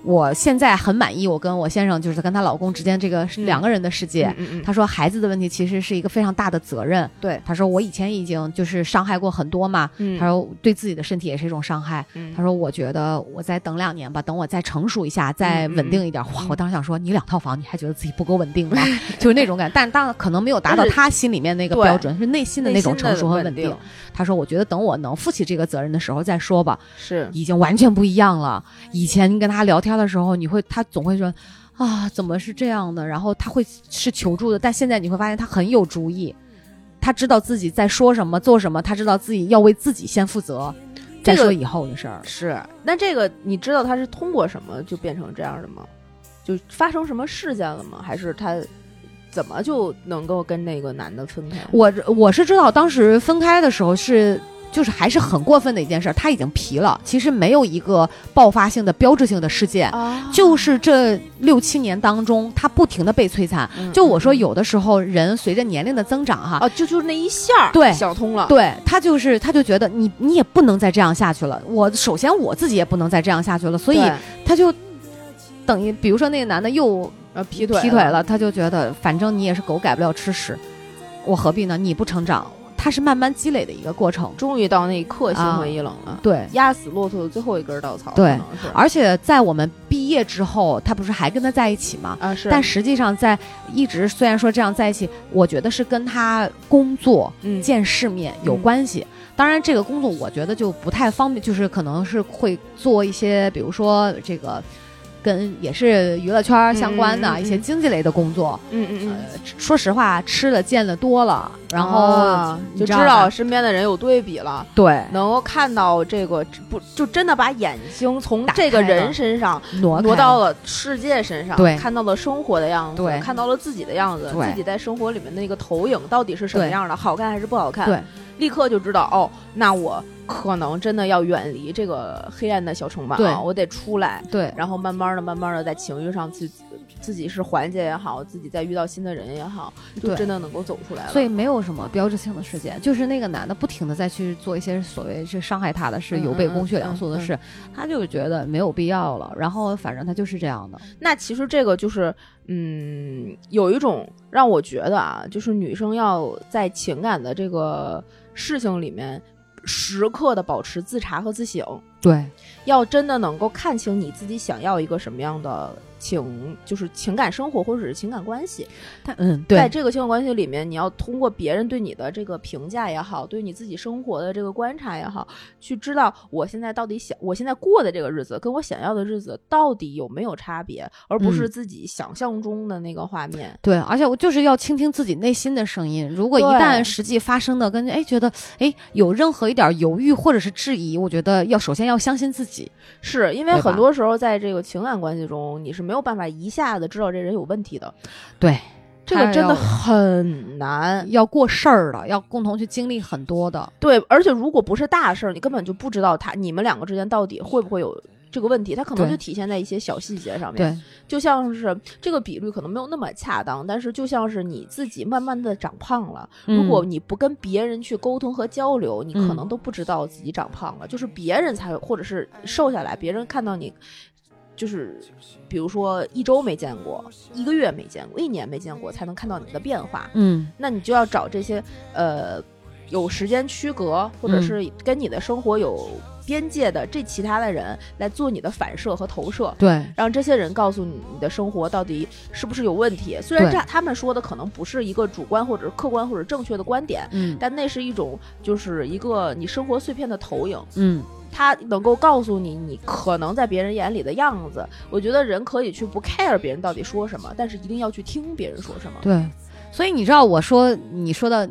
S1: 我现在很满意，我跟我先生就是跟她老公之间这个
S2: 嗯
S1: 两个人的世界。
S2: 嗯嗯嗯
S1: 她说孩子的问题其实是一个非常大的责任。
S2: 对，
S1: 她说我以前已经就是伤害过很多嘛，
S2: 嗯
S1: 她说对自己的身体也是一种伤害。
S2: 嗯
S1: 她说我觉得我再等两年吧，等我再成熟一下，再稳定一
S2: 嗯
S1: 点。哇，我当时想说你两套房，你还觉得自己不够稳定 吗？就是那种感，但当然可能没有达到
S2: 但是
S1: 她心里面那个
S2: 对
S1: 标准，是内心的那种
S2: 内心的
S1: 成熟和
S2: 稳
S1: 定。她说我觉得等我能负起这个责任的时候再说吧，
S2: 是
S1: 已经完全不一样了。以前跟她聊天的时候，你会她总会说。啊，怎么是这样的？然后她会是求助的，但现在你会发现她很有主意，她知道自己在说什么、做什么，她知道自己要为自己先负责，再
S2: 这
S1: 说
S2: 个
S1: 以后的事儿。
S2: 是。那这个你知道他是通过什么就变成这样的吗？就发生什么事件了吗？还是他怎么就能够跟那个男的分开？
S1: 我我是知道，当时分开的时候是就是还是很过分的一件事儿，他已经皮了。其实没有一个爆发性的标志性的事件，
S2: 啊
S1: 就是这六七年当中，他不停的被摧残。
S2: 嗯
S1: 就我说，有的时候人随着年龄的增长，哈。
S2: 啊，就就是那一下儿
S1: 对
S2: 想通了，
S1: 对他就是，他就觉得你你也不能再这样下去了。我首先我自己也不能再这样下去了，所以
S2: 对
S1: 他就等于，比如说那个男的又
S2: 呃劈腿
S1: 劈腿，了，他就觉得反正你也是狗改不了吃屎，我何必呢？你不成长，他是慢慢积累的一个过程。
S2: 终于到那一刻心
S1: 啊
S2: 灰意冷了，
S1: 对，
S2: 压死骆驼的最后一根稻草，
S1: 对
S2: 可能是，
S1: 而且在我们毕业之后，他不是还跟他在一起吗？
S2: 啊是，
S1: 但实际上，在一直虽然说这样在一起，我觉得是跟他工作、
S2: 嗯
S1: 见世面有
S2: 嗯
S1: 关系。当然，这个工作我觉得就不太方便，就是可能是会做一些，比如说这个跟也是娱乐圈儿相关的、
S2: 嗯嗯嗯
S1: 一些经济类的工作。
S2: 嗯嗯嗯。
S1: 呃，说实话，吃的见的多了，然后、
S2: 啊就知道
S1: 道
S2: 身边的人有对比了，
S1: 对
S2: 能够看到这个不就真的把眼睛从
S1: 打
S2: 这个
S1: 开了
S2: 人身上
S1: 挪
S2: 挪
S1: 挪
S2: 到了世界身上，
S1: 对
S2: 看到了生活的样子，
S1: 对
S2: 看到了自己的样子，
S1: 对
S2: 自己在生活里面的那个投影到底是什么
S1: 对
S2: 样的，好看还是不好看，
S1: 对，
S2: 立刻就知道哦，那我可能真的要远离这个黑暗的小城堡
S1: 对，
S2: 我得出来。
S1: 对
S2: 然后慢慢的、慢慢的，在情绪上自己自己是缓解也好，自己再遇到新的人也好，就
S1: 对
S2: 真的能够走出来了。
S1: 所以没有什么标志性的事件，就是那个男的不停的再去做一些所谓是伤害他的事、
S2: 嗯
S1: 有悖
S2: 嗯
S1: 公序
S2: 嗯
S1: 良俗
S2: 嗯
S1: 的事，他就觉得没有必要了。然后反正他就是这样的，
S2: 那其实这个就是，嗯，有一种让我觉得啊，就是女生要在情感的这个事情里面，时刻的保持自查和自省，
S1: 对
S2: 要真的能够看清你自己想要一个什么样的情，就是情感生活或者是情感关系。
S1: 他嗯
S2: 在
S1: 对
S2: 这个情感关系里面，你要通过别人对你的这个评价也好，对你自己生活的这个观察也好，去知道我现在到底想，我现在过的这个日子跟我想要的日子到底有没有差别，而不是
S1: 嗯
S2: 自己想象中的那个画面。
S1: 对，而且我就是要倾听自己内心的声音。如果一
S2: 对
S1: 旦实际发生的跟哎觉得哎有任何一点犹豫或者是质疑，我觉得要首先要相信自己。
S2: 是因为
S1: 对吧
S2: 很多时候在这个情感关系中，你是没有办法一下子知道这人有问题的，
S1: 对，
S2: 这个
S1: 他
S2: 真的
S1: 要
S2: 很难。
S1: 要过事儿的，要共同去经历很多的。
S2: 对，而且如果不是大事儿，你根本就不知道他你们两个之间到底会不会有。这个问题，它可能
S1: 对
S2: 就体现在一些小细节上面。
S1: 对，
S2: 就像是这个比率可能没有那么恰当，但是就像是你自己慢慢的长胖了，如果
S1: 嗯
S2: 你不跟别人去沟通和交流，你可能都不知道自己长胖了，就是别人才或者是瘦下来，别人看到你。就是比如说一周没见过，一个月没见过，一年没见过，才能看到你们的变化。
S1: 嗯
S2: 那你就要找这些呃有时间区隔，或者
S1: 嗯
S2: 是跟你的生活有边界的这其他的人来做你的反射和投射。
S1: 对
S2: 让这些人告诉你你的生活到底是不是有问题。虽然
S1: 对
S2: 这他们说的可能不是一个主观或者客观或者正确的观点，
S1: 嗯
S2: 但那是一种就是一个你生活碎片的投影，
S1: 嗯
S2: 它能够告诉你你可能在别人眼里的样子。我觉得人可以去不 care 别人到底说什么，但是一定要去听别人说什么。
S1: 对，所以你知道我说你说到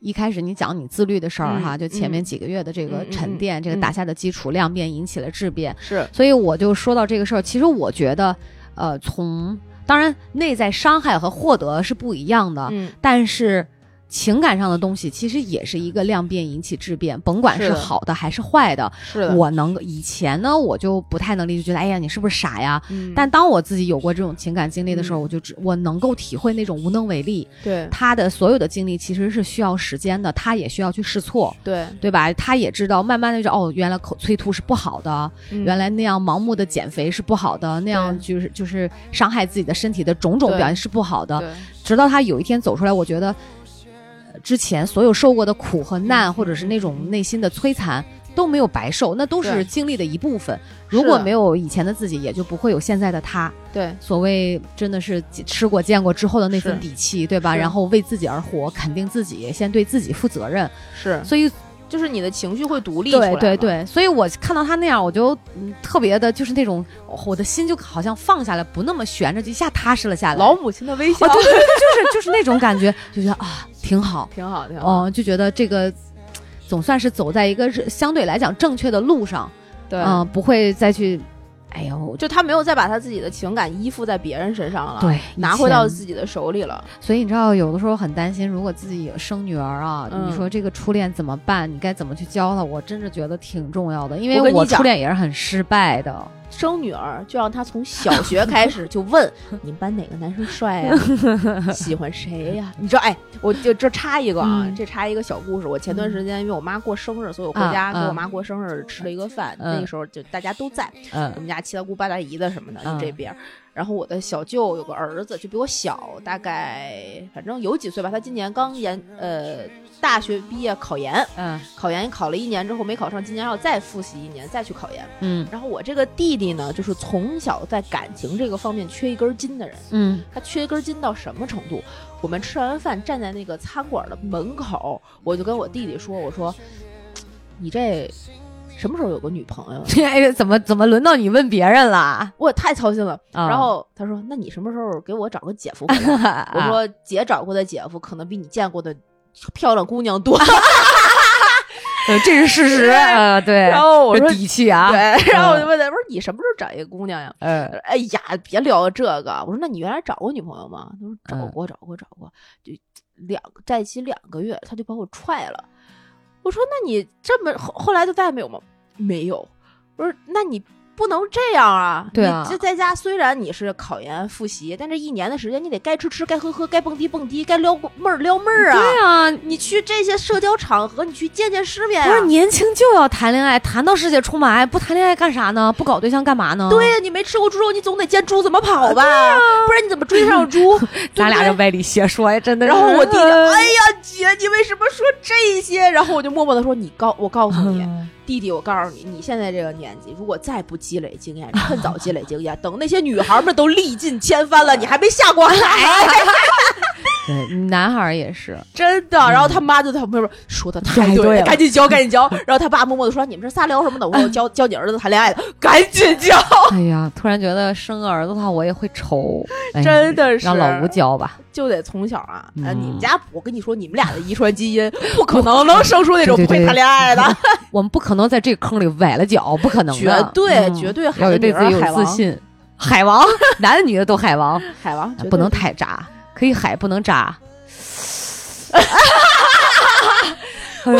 S1: 一开始你讲你自律的事儿哈，
S2: 嗯
S1: 就前面几个月的这
S2: 嗯
S1: 个
S2: 嗯嗯
S1: 沉淀，这个
S2: 嗯
S1: 打下的基础量变引起了质变，
S2: 是，
S1: 所以我就说到这个事儿，其实我觉得，呃，从当然内在伤害和获得是不一样的，
S2: 嗯，
S1: 但是情感上的东西其实也是一个量变引起质变，甭管
S2: 是
S1: 是
S2: 的
S1: 好的还是坏的，
S2: 是的，
S1: 我能以前呢我就不太能理解，觉得哎呀你是不是傻呀？
S2: 嗯，
S1: 但当我自己有过这种情感经历的时候，
S2: 嗯
S1: 我就只我能够体会那种无能为力，
S2: 对
S1: 他的所有的经历其实是需要时间的，他也需要去试错。
S2: 对，
S1: 对吧？他也知道，慢慢的就哦，原来口催吐是不好的，原
S2: 来
S1: 来那样盲目的减肥是不好的，那样就是就是伤害自己的身体的种种
S2: 对
S1: 表现是不好的。
S2: 对
S1: 直到他有一天走出来，我觉得呃之前所有受过的苦和
S2: 嗯
S1: 难，或者是那种内心的摧残。都没有白受，那都
S2: 对
S1: 是经历的一部分。
S2: 是
S1: 如果
S2: 的
S1: 没有以前的自己，也就不会有现在的他。
S2: 对
S1: 所谓真的是吃过见过之后的那份
S2: 是
S1: 底气，对吧？
S2: 是
S1: 然后为自己而活，肯定自己，先对自己负责任。
S2: 是，
S1: 所以
S2: 就是你的情绪会独嗯立出来
S1: 对对
S2: 嘛，
S1: 对，所以我看到他那样，我就、嗯、特别的，就是那种哦我的心就好像放下来，不那么悬着，就一下踏实了下来。
S2: 老
S1: 啊，
S2: 母亲的微笑
S1: 对对，对，就是就是那种感觉， 就觉得啊挺好，
S2: 挺好，挺好，
S1: 哦、就觉得这个总算是走在一个是相对来讲正确的路上，
S2: 对，
S1: 嗯、不会再去，哎呦，
S2: 就他没有再把他自己的情感依附在别人身上了，，
S1: 对，
S2: 拿
S1: 以
S2: 回到
S1: 前
S2: 自己的手里了。
S1: 所以你知道，有的时候很担心，如果自己生女儿啊，
S2: 嗯
S1: 你说这个初恋怎么办？你该怎么去教她？我真是觉得挺重要的，因为
S2: 我跟你
S1: 我
S2: 讲
S1: 初恋也是很失败的。
S2: 生女儿就让他从小学开始就 问你们班哪个男生帅呀、喜欢谁呀、你知道？哎，我就这插一个啊，
S1: 嗯
S2: 这插一个小故事。我前段时间因为我妈过生日，所以我回家
S1: 啊
S2: 给我
S1: 嗯
S2: 妈过生日吃了一个饭。
S1: 嗯
S2: 那个时候就大家都在，我
S1: 嗯
S2: 们家七大姑八大姨的什么的，就
S1: 嗯
S2: 这边儿。然后我的小舅有个儿子，就比我小，大概反正有几岁吧。他今年刚研呃大学毕业考研，
S1: 嗯
S2: 考研考了一年之后没考上，今年要再复习一年，再去考研。
S1: 嗯
S2: 然后我这个弟弟呢，就是从小在感情这个方面缺一根筋的人。
S1: 嗯，
S2: 他缺一根筋到什么程度？我们吃完饭站在那个餐馆的门口，我就跟我弟弟说：“我说，你这什么时候有个女朋友啊？
S1: 哎呦，怎么怎么轮到你问别人了？
S2: 我也太操心了。”
S1: 啊
S2: 然后他说：“那你什么时候给我找个姐夫回 来？”我
S1: 啊
S2: 说：“姐找过的姐夫可能比你见过的漂亮姑娘多。
S1: 呃这是事实，呃，”对
S2: 然，后我
S1: 这
S2: 说：“
S1: 底气啊，
S2: 对。”然后我就问他：“我说你什么时候找一个姑娘呀？”
S1: 呃，
S2: 哎呀，别聊这个。我说那你原来找过女朋友吗？他说找
S1: 嗯
S2: 过，找过，找过，就两个在一起两个月，他就把我踹了。我说那你这么后后来就再也没有吗？没有。我说那你不能这样啊！
S1: 对啊
S2: 你这在家虽然你是考研复习，但这一年的时间你得该吃吃，该喝喝，该蹦迪蹦迪，该撩妹儿撩妹儿啊！
S1: 对啊，
S2: 你去这些社交场合，你去见见世面、啊。
S1: 不是年轻就要谈恋爱，谈到世界充满爱，不谈恋爱干啥呢？不搞对象干嘛呢？
S2: 对，呀，你没吃过猪肉，你总得见猪怎么
S1: 啊
S2: 跑吧？不然你怎么追 上猪？
S1: 咱俩
S2: 对
S1: 这
S2: 不对
S1: 歪理邪说呀，真的是。
S2: 然后我弟就，哎呀，姐，你为什么说这些？然后我就默默的说，你告我告诉 你，
S1: 嗯
S2: 弟弟，我告诉你，你现在这个年纪，如果再不积累经验，趁早积累经验，等那些女孩们都历尽千帆了，你还没下过海，
S1: 对，男孩儿也是，
S2: 真的。然后他妈就在旁边说，说的
S1: 太
S2: 太对
S1: 对了
S2: 赶紧教，赶紧教。然后他爸默默的说，你们这仨聊什么呢？我说我教教你儿子谈恋爱的，赶紧教，
S1: 哎呀，突然觉得生个儿子的话，我也会愁，哎
S2: 真的是
S1: 让老吴教吧，
S2: 就得从小啊，呃，
S1: 嗯
S2: 你们家，我跟你说，你们俩的遗传 基因不可能能生出那种不会谈恋爱的。
S1: 我们不可能在这个坑里崴了脚，不可能的，
S2: 绝对、
S1: 嗯
S2: 绝对
S1: 要
S2: 海
S1: 有
S2: 的女
S1: 对自己
S2: 儿海
S1: 有
S2: 王
S1: 自信。海王， 男的女的都海王，
S2: 海王绝对
S1: 不能太渣，可以海不能 渣。哎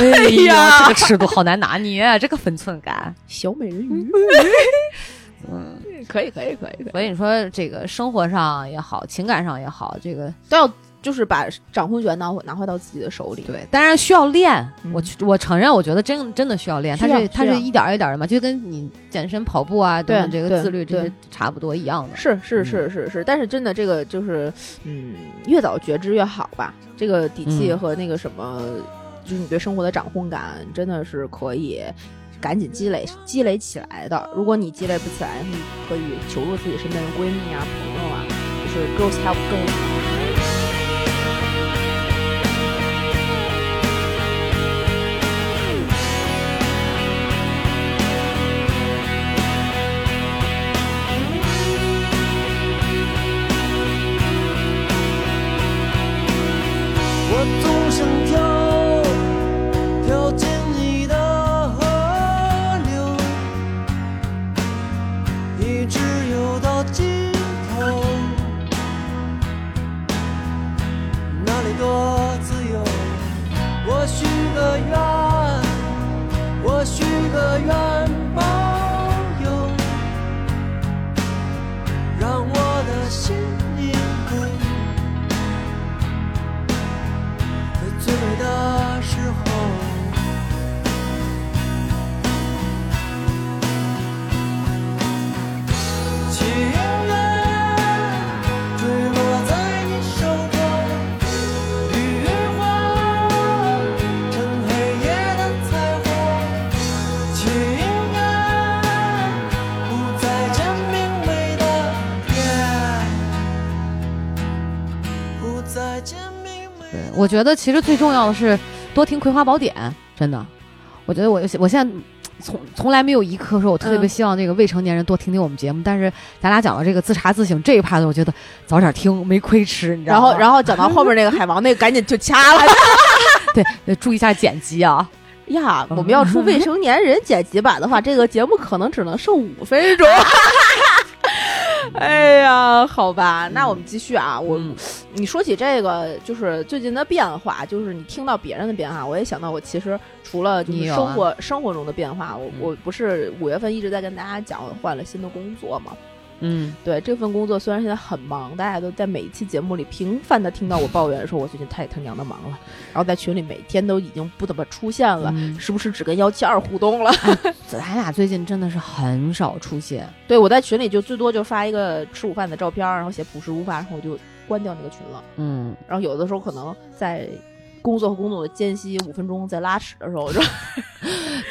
S2: 呀
S1: 这个尺度好难拿捏，啊这个分寸感。
S2: 小美人鱼。 嗯，可以可以可以可以，
S1: 所以你说这个生活上也好，情感上也好，这个
S2: 都要就是把掌控权拿回拿回到自己的手里。
S1: 对，当然需要练。
S2: 嗯
S1: 我去我承认，我觉得真真的需要练，
S2: 需
S1: 它
S2: 要
S1: 是它
S2: 需
S1: 是
S2: 要
S1: 一点儿一点儿的嘛，就跟你健身、跑步啊，等
S2: 对
S1: 等这个
S2: 对
S1: 自律这
S2: 对
S1: 些差不多一样的。
S2: 是是
S1: 嗯
S2: 是是是，但是真的这个就是，嗯，越早觉知越好吧。这个底气
S1: 嗯
S2: 和那个什么，就是你对生活的掌控感，真的是可以赶紧积累积累起来的。如果你积累不起来，你可以求助自己身边的闺蜜啊、朋友啊，就是 girls help girls。
S5: 我总想跳，跳进你的河流，一直游到尽头，那里多自由。我许个愿，我许个愿，保佑，让我的心宁静。在最美的时候。情缘坠落在你手中，雨花成黑夜的彩虹。情缘不再见明媚的天，不再见明媚的
S1: 对，我觉得其实最重要的是多听《葵花宝典》，真的，我觉得我我现在。从从来没有一刻说，我特别
S2: 嗯
S1: 希望这个未成年人多听听我们节目。但是咱俩讲到这个自查自省这一趴的，我觉得早点听没亏吃，你知道
S2: 然
S1: 吗？
S2: 后然后讲到后面那个海王，那个赶紧就掐了
S1: 后注意一下剪辑啊，
S2: 呀！我们要出未成年人剪辑版的话，这个节目可能只能剩五分钟。 哎呀，好吧，那我们继续啊，我。
S1: 嗯
S2: 你说起这个，就是最近的变化，就是你听到别人的变化，我也想到我其实除了就
S1: 你
S2: 是
S1: 有啊
S2: 生活、生活中的变化，我
S1: 嗯
S2: 我不是五月份一直在跟大家讲我换了新的工作嘛？
S1: 嗯，
S2: 对，这份工作虽然现在很忙，大家都在每一期节目里频繁的听到我抱怨说我最近太他娘的忙了，然后在群里每天都已经不怎么出现了，
S1: 嗯
S2: 是不是只跟幺七二互动了？
S1: 咱俩最近真的是很少出现，
S2: 对我在群里就最多就发一个吃午饭的照片，然后写朴实无华，然后我就关掉那个群了。
S1: 嗯，
S2: 然后有的时候可能在工作和工作的间隙五分钟在拉屎的时候，我就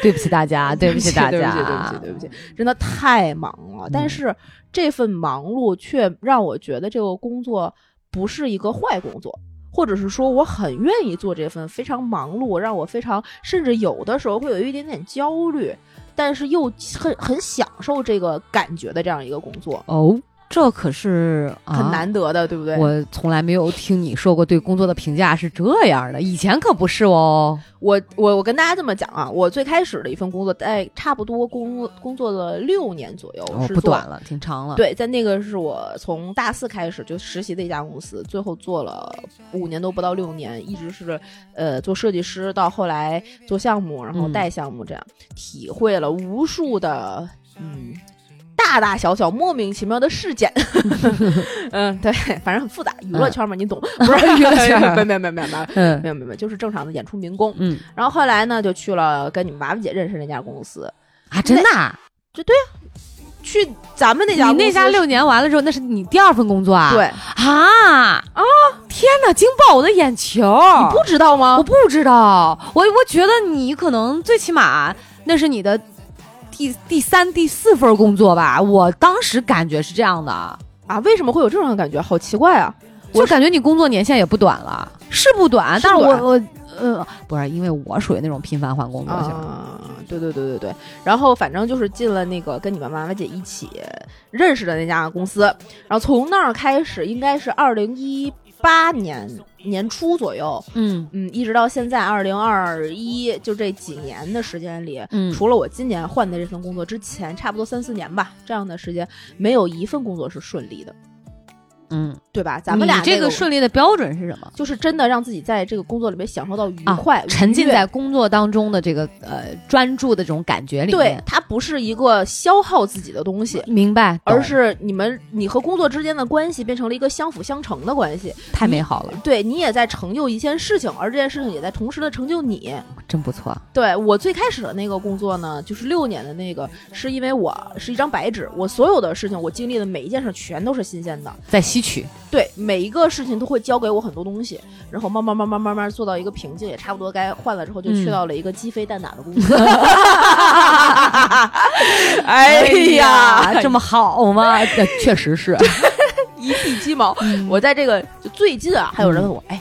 S1: 对不起大 家，啊对不起大
S2: 对不
S1: 家，嗯
S2: 起，对不起，对不起，真的太忙了。但是这份忙碌却让我觉得这个工作不是一个坏工作。或者是说，我很愿意做这份非常忙碌，让我非常甚至有的时候会有一点点焦虑，但是又很很享受这个感觉的这样一个工作，
S1: 哦，这可是、啊、
S2: 很难得的，对不对？
S1: 我从来没有听你说过对工作的评价是这样的，以前可不是哦。
S2: 我我我跟大家这么讲啊，我最开始的一份工作，在差不多工工作了六年左右，
S1: 哦，
S2: 是
S1: 不
S2: 做
S1: 短了，挺长了。，
S2: 对，在那个是我从大四开始就实习的一家公司，最后做了五年都不到六年，一直是呃做设计师，到后来做项目，然后
S1: 嗯
S2: 带项目，这样、体会了无数的嗯大大小小莫名其妙的 事件。嗯，对，反正很复杂，娱乐
S1: 嗯
S2: 圈嘛，你懂，不是
S1: 娱乐圈儿
S2: 没有没有没有没有
S1: 嗯
S2: 没有没有没有，就是正常的演出民工。
S1: 嗯
S2: 然后后来呢，就去了跟你们娃娃姐认识那家公司，
S1: 啊，真的啊、
S2: 去咱们那家
S1: 你
S2: 公司
S1: 那家六年完了之后，那是你第二份工作啊？
S2: 对，
S1: 啊啊！天哪，惊爆我的眼球！
S2: 你不知道吗？
S1: 我不知道，我我觉得你可能最起码那是你的第第三、第四份工作吧。我当时感觉是这样的，
S2: 啊，为什么会有这种感觉？好奇怪啊！
S1: 就感觉你工作年限也不短了，是不短，
S2: 是
S1: 但是
S2: 不
S1: 我
S2: 短
S1: 我呃，不是因为我属于那种频繁换工作型的。
S2: 啊，对对对对对。然后反正就是进了那个跟你们妈妈姐一起认识的那家公司，然后从那儿开始，应该是二零一八年年初左右，
S1: 嗯
S2: 嗯，一直到现在二零二一，就这几年的时间里。
S1: 嗯，
S2: 除了我今年换的这份工作之前，差不多三四年吧，这样的时间，没有一份工作是顺利的。
S1: 嗯，
S2: 对吧？咱们俩
S1: 你这
S2: 个
S1: 个顺利的标准是什么？
S2: 就是真的让自己在这个工作里面享受到愉
S1: 啊
S2: 快、
S1: 沉浸
S2: 愉悦
S1: 在工作当中的这个呃专注的这种感觉里
S2: 对
S1: 面。
S2: 它不是一个消耗自己的东西。
S1: 对，明白，
S2: 而
S1: 懂
S2: 是你们你和工作之间的关系变成了一个相辅相成的关系，
S1: 太美好了，
S2: 对你也在成就一件事情，而这件事情也在同时的成就你。
S1: 真不错。
S2: 对我最开始的那个工作呢，就是六年的那个，是因为我是一张白纸，我所有的事情，我经历的每一件事全都是新鲜的，
S1: 在吸取，
S2: 对每一个事情都会教给我很多东西，然后慢慢慢慢慢慢做到一个瓶颈，也差不多该换了之后，就去
S1: 嗯
S2: 到了一个鸡飞蛋打的工作。哎呀，
S1: 这么好 吗？呃确实是，
S2: 一地鸡毛！我在这个就最近啊，还有人问我，哎，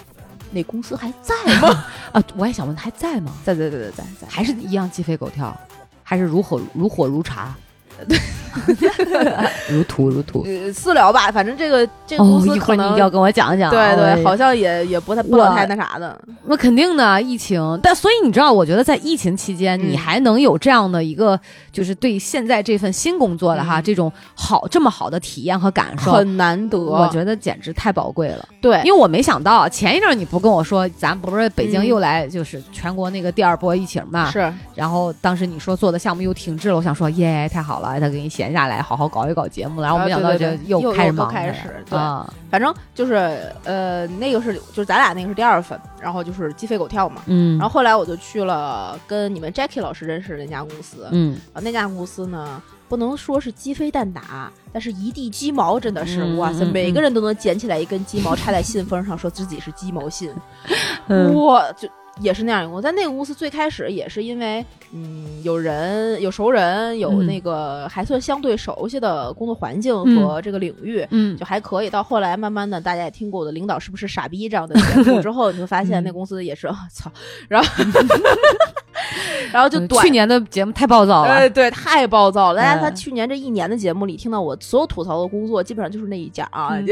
S2: 那公司还在吗？
S1: 啊，我也想问，还在吗？
S2: 在在在在在在。
S1: 还是一样鸡飞狗跳，还是如火如火如 茶， 如土如土。
S2: 呃，私聊吧，反正这个这个公
S1: 哦，
S2: 司
S1: 一会
S2: 可
S1: 儿你一
S2: 能
S1: 定要跟我讲讲。
S2: 对对，
S1: 好。
S2: 好像也也不太不
S1: 我
S2: 老太那啥的。
S1: 那肯定的，啊疫情。但所以你知道，我觉得在疫情期间，
S2: 嗯
S1: 你还能有这样的一个，就是对现在这份新工作的哈，这种好这么好的体验和感受。
S2: 嗯很难得，
S1: 我觉得简直太宝贵了，
S2: 对
S1: 因，为我没想到啊前一阵儿你不跟我说，咱不是北京
S2: 嗯
S1: 又来就是全国那个第二波疫情嘛，
S2: 是
S1: 然后当时你说做的项目又停滞了，我想说耶，太好了，他给你闲下来，好好搞一搞节目了。然后
S2: 啊
S1: 没想到
S2: 对
S1: 就
S2: 对对又
S1: 开始
S2: 又
S1: 忙
S2: 开
S1: 了
S2: 始对
S1: 啊，
S2: 反正就是呃，那个是就是咱俩那个是第二份，然后就是鸡飞狗跳嘛。
S1: 嗯，
S2: 然后后来我就去了跟你们 Jackie 老师认识的那家公司，
S1: 嗯，
S2: 啊，那家公司呢，不能说是鸡飞蛋打，但是一地鸡毛，真的是、
S1: 嗯
S2: 哇塞，
S1: 嗯
S2: 每个人都能捡起来一根鸡毛插在信封上，说自己是鸡毛信，
S1: 嗯
S2: 哇，就也是那样一个。我在那个公司最开始也是因为，嗯，有人有熟人，有
S1: 嗯
S2: 那个还算相对熟悉的工作环境
S1: 嗯
S2: 和这个领域。
S1: 嗯
S2: 就还可以，到后来慢慢的，大家也听过我的领导是不是傻逼这 样的节目之后，你会发现那
S1: 嗯
S2: 公司也是，啊操、然 后然后就
S1: 嗯
S2: 短
S1: 去年的节目太暴躁了
S2: 哎，，对，太暴躁了。大家他
S1: 嗯
S2: 去年这一年的节目里，听到我所有吐槽的工作，基本上就是那一家啊，
S1: 嗯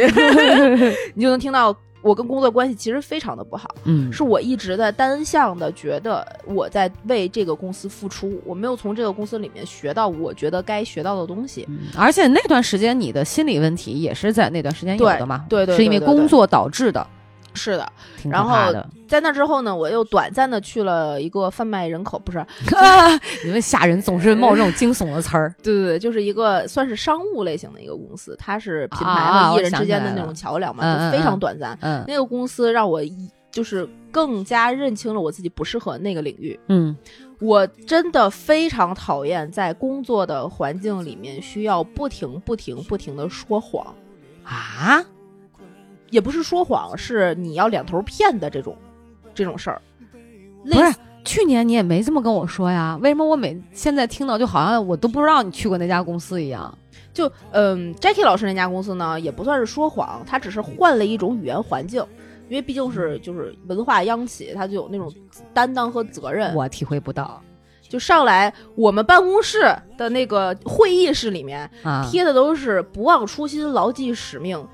S2: 你就能听到我跟工作关系其实非常的不好。
S1: 嗯
S2: 是我一直在单向的觉得我在为这个公司付出，我没有从这个公司里面学到我觉得该学到的东西。
S1: 嗯而且那段时间你的心理问题也是在那段时间有
S2: 对
S1: 的嘛，
S2: 对对对
S1: 是因为
S2: 对
S1: 工
S2: 对
S1: 作导致的，
S2: 是的，
S1: 挺
S2: 然
S1: 可怕
S2: 后
S1: 的。
S2: 在那之后呢，我又短暂的去了一个贩卖人口，不是，
S1: 你们吓人总是冒这种惊悚的词儿，
S2: 对对对，就是一个算是商务类型的一个公司，它是品牌
S1: 啊
S2: 和
S1: 我
S2: 艺人
S1: 想
S2: 之间
S1: 起
S2: 的
S1: 来
S2: 那
S1: 了
S2: 种桥梁嘛，
S1: 嗯嗯
S2: 就非常
S1: 嗯
S2: 短暂。
S1: 嗯
S2: 那个公司让我一就是更加认清了我自己不适合那个领域。
S1: 嗯
S2: 我真的非常讨厌在工作的环境里面需要不停、不停、不停的说谎，
S1: 啊，
S2: 也不是说谎，是你要两头骗的这种这种事儿。类
S1: 不
S2: 似
S1: 是。去年你也没这么跟我说呀？为什么我每现在听到就好像我都不知道你去过那家公司一样？
S2: 就嗯，Jackie 老师那家公司呢，也不算是说谎，他只是换了一种语言环境，因为毕竟是
S1: 嗯
S2: 就是文化央企，他就有那种担当和责任。
S1: 我体会不到
S2: 就上来我们办公室的那个会议室里面，
S1: 啊。
S2: 贴的都是不忘初心、牢记使命、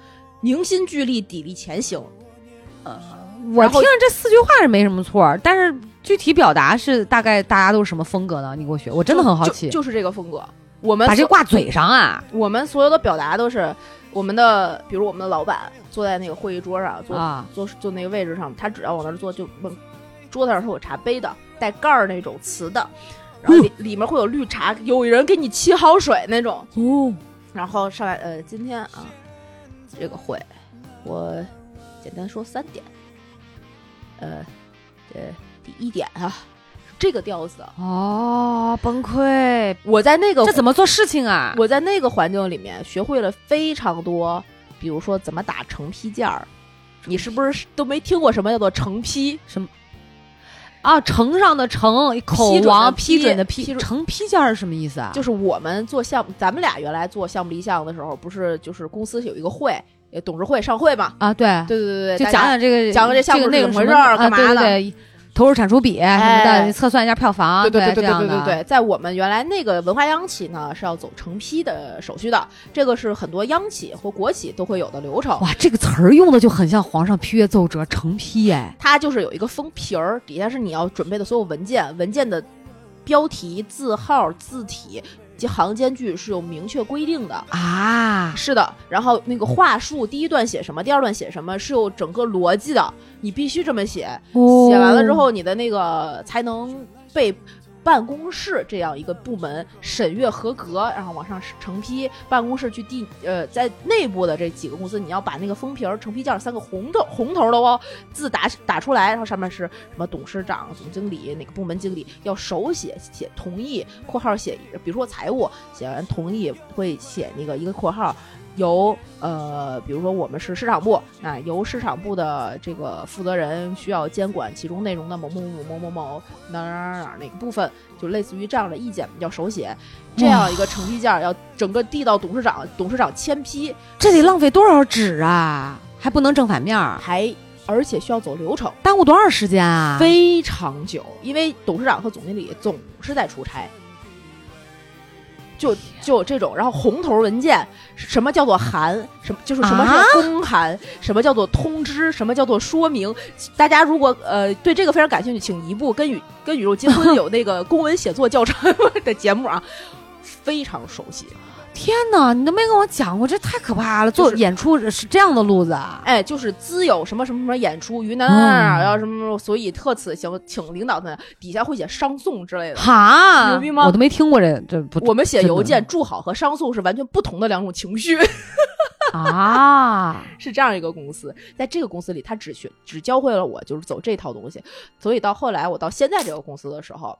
S2: 凝心聚力、砥砺前行。
S1: 我
S2: 然后
S1: 听着这四句话是没什么错儿，但是具体表达是大概大家都是什么风格呢？你给我学，我真的很好奇。
S2: 就，就是这个风格。我们
S1: 把这
S2: 所
S1: 挂嘴上啊！
S2: 我们所有的表达都是我们的，比如我们的老板坐在那个会议桌上，坐、
S1: 啊，
S2: 坐坐那个位置上，他只要往那儿坐，就问桌子上是有茶杯的，带盖儿那种瓷的，然后里、里面会有绿茶，有人给你沏好水那种。
S1: 哦，
S2: 然后上来，呃，今天啊，这个会，我简单说三点，呃，呃，第一点啊，是这个调子。
S1: 哦，崩溃！
S2: 我在那个
S1: 这怎么做事情啊？
S2: 我在那个环境里面学会了非常多，比如说怎么打成批件儿，你是不是都没听过什么叫做成批？
S1: 啊，呈上的呈，口
S2: 批准的
S1: 王
S2: 批
S1: 批准的
S2: 批准
S1: 呈批件儿是什么意思啊？
S2: 就是我们做项目，咱们俩原来做项目立项的时候，不是就是公司有一个会，呃董事会上会嘛？
S1: 啊，对，
S2: 对对对对，
S1: 就
S2: 大
S1: 讲
S2: 家
S1: 讲这个
S2: 讲讲这项目
S1: 个那
S2: 是
S1: 个
S2: 怎么
S1: 什
S2: 回事儿
S1: 啊
S2: 干嘛
S1: 对
S2: 的
S1: 对对投入产出比什么
S2: 哎
S1: 的，测算一下票房，
S2: 对对
S1: 这
S2: 对
S1: 样
S2: 对对
S1: 的
S2: 对对，在我们原来那个文化央企呢，是要走成批的手续的，这个是很多央企或国企都会有的流程。
S1: 哇，这个词儿用的就很像皇上批阅奏折成批哎，
S2: 它就是有一个封皮儿，底下是你要准备的所有文件，文件的标题、字号、字体行间距是有明确规定的。
S1: 啊，
S2: 是的，然后那个话术，第一段写什么，第二段写什么，是有整个逻辑的，你必须这么写。
S1: 哦
S2: 写完了之后，你的那个才能被办公室这样一个部门审阅合格，然后往上成批。办公室去递呃，在内部的这几个公司，你要把那个封皮儿、成批件儿三个红头红头的哦字打打出来，然后上面是什么董事长、总经理、哪个部门经理，要手写写同意，括号写，比如说财务写完同意会写那个一个括号，由呃，比如说我们是市场部，那由市场部的这个负责人需要监管其中内容的某某某某某某哪儿哪儿哪儿哪个部分，就类似于这样的意见要手写，这样一个成批件儿要整个递到董事长，董事长签批，
S1: 这得浪费多少纸啊？还不能正反面儿，
S2: 还而且需要走流程，
S1: 耽误多少时间啊？
S2: 非常久，因为董事长和总经理总是在出差。就就有这种，然后红头文件，什么叫做函，什么就是什么
S1: 啊
S2: 是公函，什么叫做通知，什么叫做说明。大家如果呃对这个非常感兴趣，请移步跟宇跟宇宙结婚有那个公文写作教程的节目啊，非常熟悉。
S1: 天哪，你都没跟我讲过，这太可怕了！做
S2: 就是
S1: 演出是这样的路子啊？
S2: 哎，就是兹有什么什么什么演出，于南
S1: 嗯
S2: 哪儿要什么什么，所以特此请请领导呢，底下会写商颂之类 的。
S1: 哈，
S2: 牛逼吗
S1: 我都没听过这这不
S2: 我们写
S1: 真的
S2: 邮件祝好和商颂是完全不同的两种情绪。
S1: 啊！
S2: 是这样一个公司，在这个公司里，他只学只教会了我就是走这套东西，所以到后来我到现在这个公司的时候，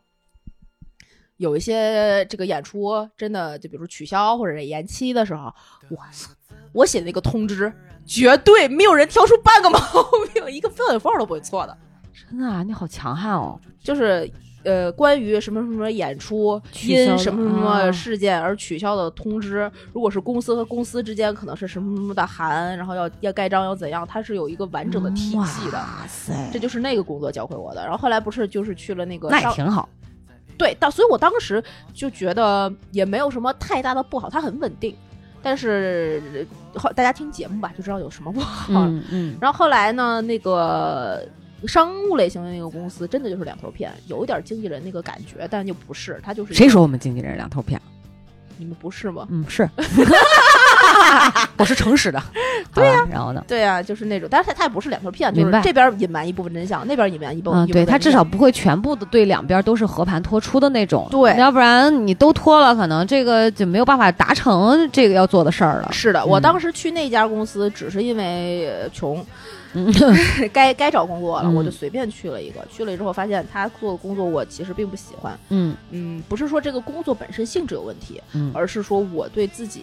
S2: 有一些这个演出真的就比如说取消或者延期的时候，哇塞，我写那个通知绝对没有人挑出半个毛病，一个标点符号都不会错的，
S1: 真的啊，你好强悍哦！
S2: 就是。呃，关于什么什么演出
S1: 取
S2: 因
S1: 消的
S2: 什么什么
S1: 啊
S2: 事件而取消的通知，如果是公司和公司之间可能是什么什么的函，然后要要盖章要怎样，它是有一个完整的体系的。
S1: 哇塞，
S2: 这就是那个工作教会我的。然后后来不是就是去了那个
S1: 那也
S2: 上
S1: 挺好。
S2: 对，但所以我当时就觉得也没有什么太大的不好，它很稳定。但是呃后大家听节目吧，就知道有什么不好。
S1: 嗯嗯，
S2: 然后后来呢，那个商务类型的那个公司真的就是两头骗，有一点经纪人那个感觉，但又不是，他就是
S1: 谁说我们经纪人两头骗？
S2: 你们不是吗？
S1: 嗯， 是，我是诚实的。 对呀，然后呢？
S2: 对啊，就是那种，但是他他也不是两头骗，就
S1: 明
S2: 是
S1: 白
S2: 这边隐瞒一部分真相，那边隐瞒一部分。
S1: 嗯，
S2: 一部
S1: 对
S2: 分
S1: 他至
S2: 真相
S1: 少不会全部的对两边都是和盘托出的那种，
S2: 对
S1: 要不然你都脱了，可能这个就没有办法达成这个要做的事儿了。
S2: 是的，我
S1: 嗯
S2: 当时去那家公司只是因为呃穷，
S1: 嗯
S2: 该该找工作了，
S1: 嗯
S2: 我就随便去了一个。去了之后发现他做的工作我其实并不喜欢，
S1: 嗯
S2: 嗯，不是说这个工作本身性质有问题，
S1: 嗯
S2: 而是说我对自己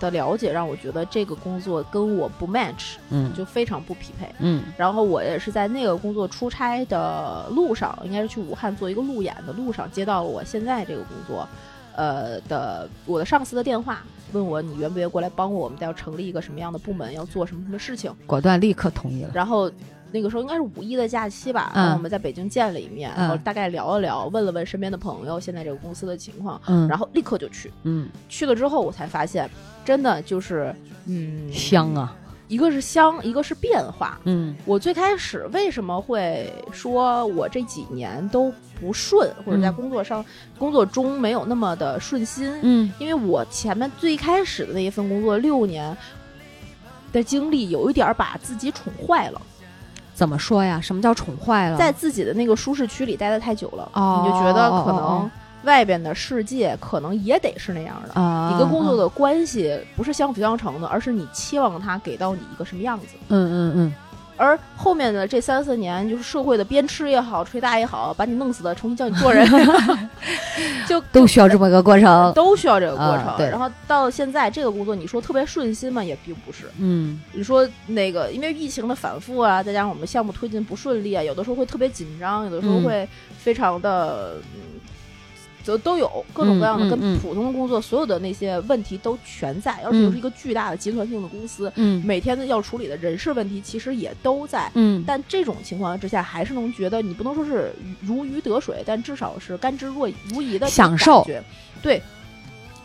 S2: 的了解让我觉得这个工作跟我不 match，
S1: 嗯
S2: 就非常不匹配。
S1: 嗯
S2: 然后我也是在那个工作出差的路上，应该是去武汉做一个路演的路上，接到了我现在这个工作，呃的我的上司的电话，问我你愿不愿意过来帮我，我们要成立一个什么样的部门，要做什么什么事情。
S1: 果断立刻同意了。
S2: 然后那个时候应该是五一的假期吧，
S1: 嗯
S2: 然后我们在北京见了一面，
S1: 嗯
S2: 然后大概聊了聊，问了问身边的朋友现在这个公司的情况，
S1: 嗯，
S2: 然后立刻就去。
S1: 嗯
S2: 去了之后，我才发现，真的就是，嗯，
S1: 香啊，
S2: 一个是香，一个是变化，
S1: 嗯
S2: 我最开始为什么会说我这几年都不顺，或者在
S1: 嗯
S2: 工作上、工作中没有那么的顺心？
S1: 嗯
S2: 因为我前面最开始的那一份工作六年的经历，有一点儿把自己宠坏了，
S1: 怎么说呀？什么叫宠坏了？
S2: 在自己的那个舒适区里待得太久了，
S1: 嗯哦
S2: 你就觉得可
S1: 哦
S2: 能外边的世界可能也得是那样的。
S1: 啊，
S2: 你跟工作
S1: 的
S2: 的关系不是相辅相成的，而是你期望它给到你一个什么样子。
S1: 嗯嗯嗯
S2: 而后面的这三四年，就是社会的鞭笞也好，捶打也好，把你弄死的，重新叫你做 人，
S1: 嗯
S2: 就
S1: 都需要这么一个过 程。
S2: 都需要这个过程。
S1: 啊对
S2: 然后到现在这个工作，你说特别顺心吗？也并不是。
S1: 嗯
S2: 你说那个，因为疫情的反复啊，再加上我们项目推进不顺利啊，有的时候会特别紧张，有的时候
S1: 嗯
S2: 会非常的。嗯都都有各种各样的，
S1: 嗯嗯
S2: 跟
S1: 嗯
S2: 普通的工作所有的那些问题都全在，而且又是一个巨大的集团性的公司，
S1: 嗯
S2: 每天要处理的人事问题其实也都在。
S1: 嗯，
S2: 但这种情况之下，还是能觉得你不能说是如鱼得水，但至少是甘之若饴如饴的这种
S1: 享受
S2: 感觉。对，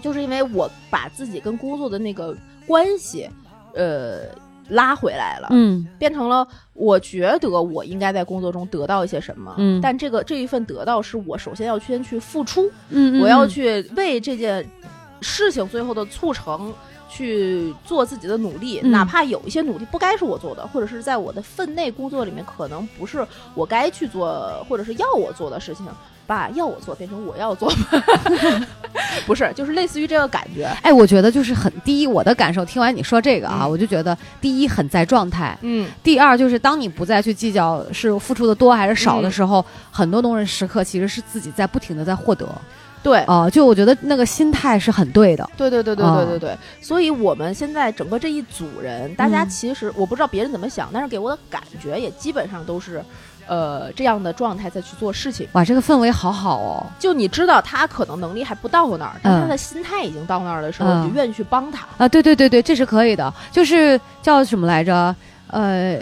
S2: 就是因为我把自己跟工作的那个关系，呃，拉回来了，
S1: 嗯
S2: 变成了我觉得我应该在工作中得到一些什么，
S1: 嗯
S2: 但这个这一份得到是我首先要先去付出，
S1: 嗯
S2: 我要去为这件事情最后的促成去做自己的努力，
S1: 嗯
S2: 哪怕有一些努力不该是我做的，或者是在我的分内工作里面可能不是我该去做，或者是要我做的事情，把要我做变成 我要做吧，不是，就是类似于这个感觉。
S1: 哎，我觉得就是很第一，我的感受，听完你说这个啊，
S2: 嗯
S1: 我就觉得第一很在状态，
S2: 嗯，
S1: 第二就是当你不再去计较是付出的多还是少
S2: 嗯
S1: 的时候，很多东西时刻其实是自己在不停的在获得
S2: 对，
S1: 啊、就我觉得那个心态是很对的，
S2: 对对对对
S1: 啊
S2: 对对对，所以我们现在整个这一组人，大家
S1: 嗯
S2: 其实我不知道别人怎么想，但是给我的感觉也基本上都是，呃，这样的状态在去做事情。
S1: 哇，这个氛围好好哦，
S2: 就你知道他可能能力还不到那儿，但
S1: 嗯
S2: 他的心态已经到那儿的时候，
S1: 嗯
S2: 你就愿意去帮他。
S1: 啊，对对对对，这是可以的，就是叫什么来着？呃，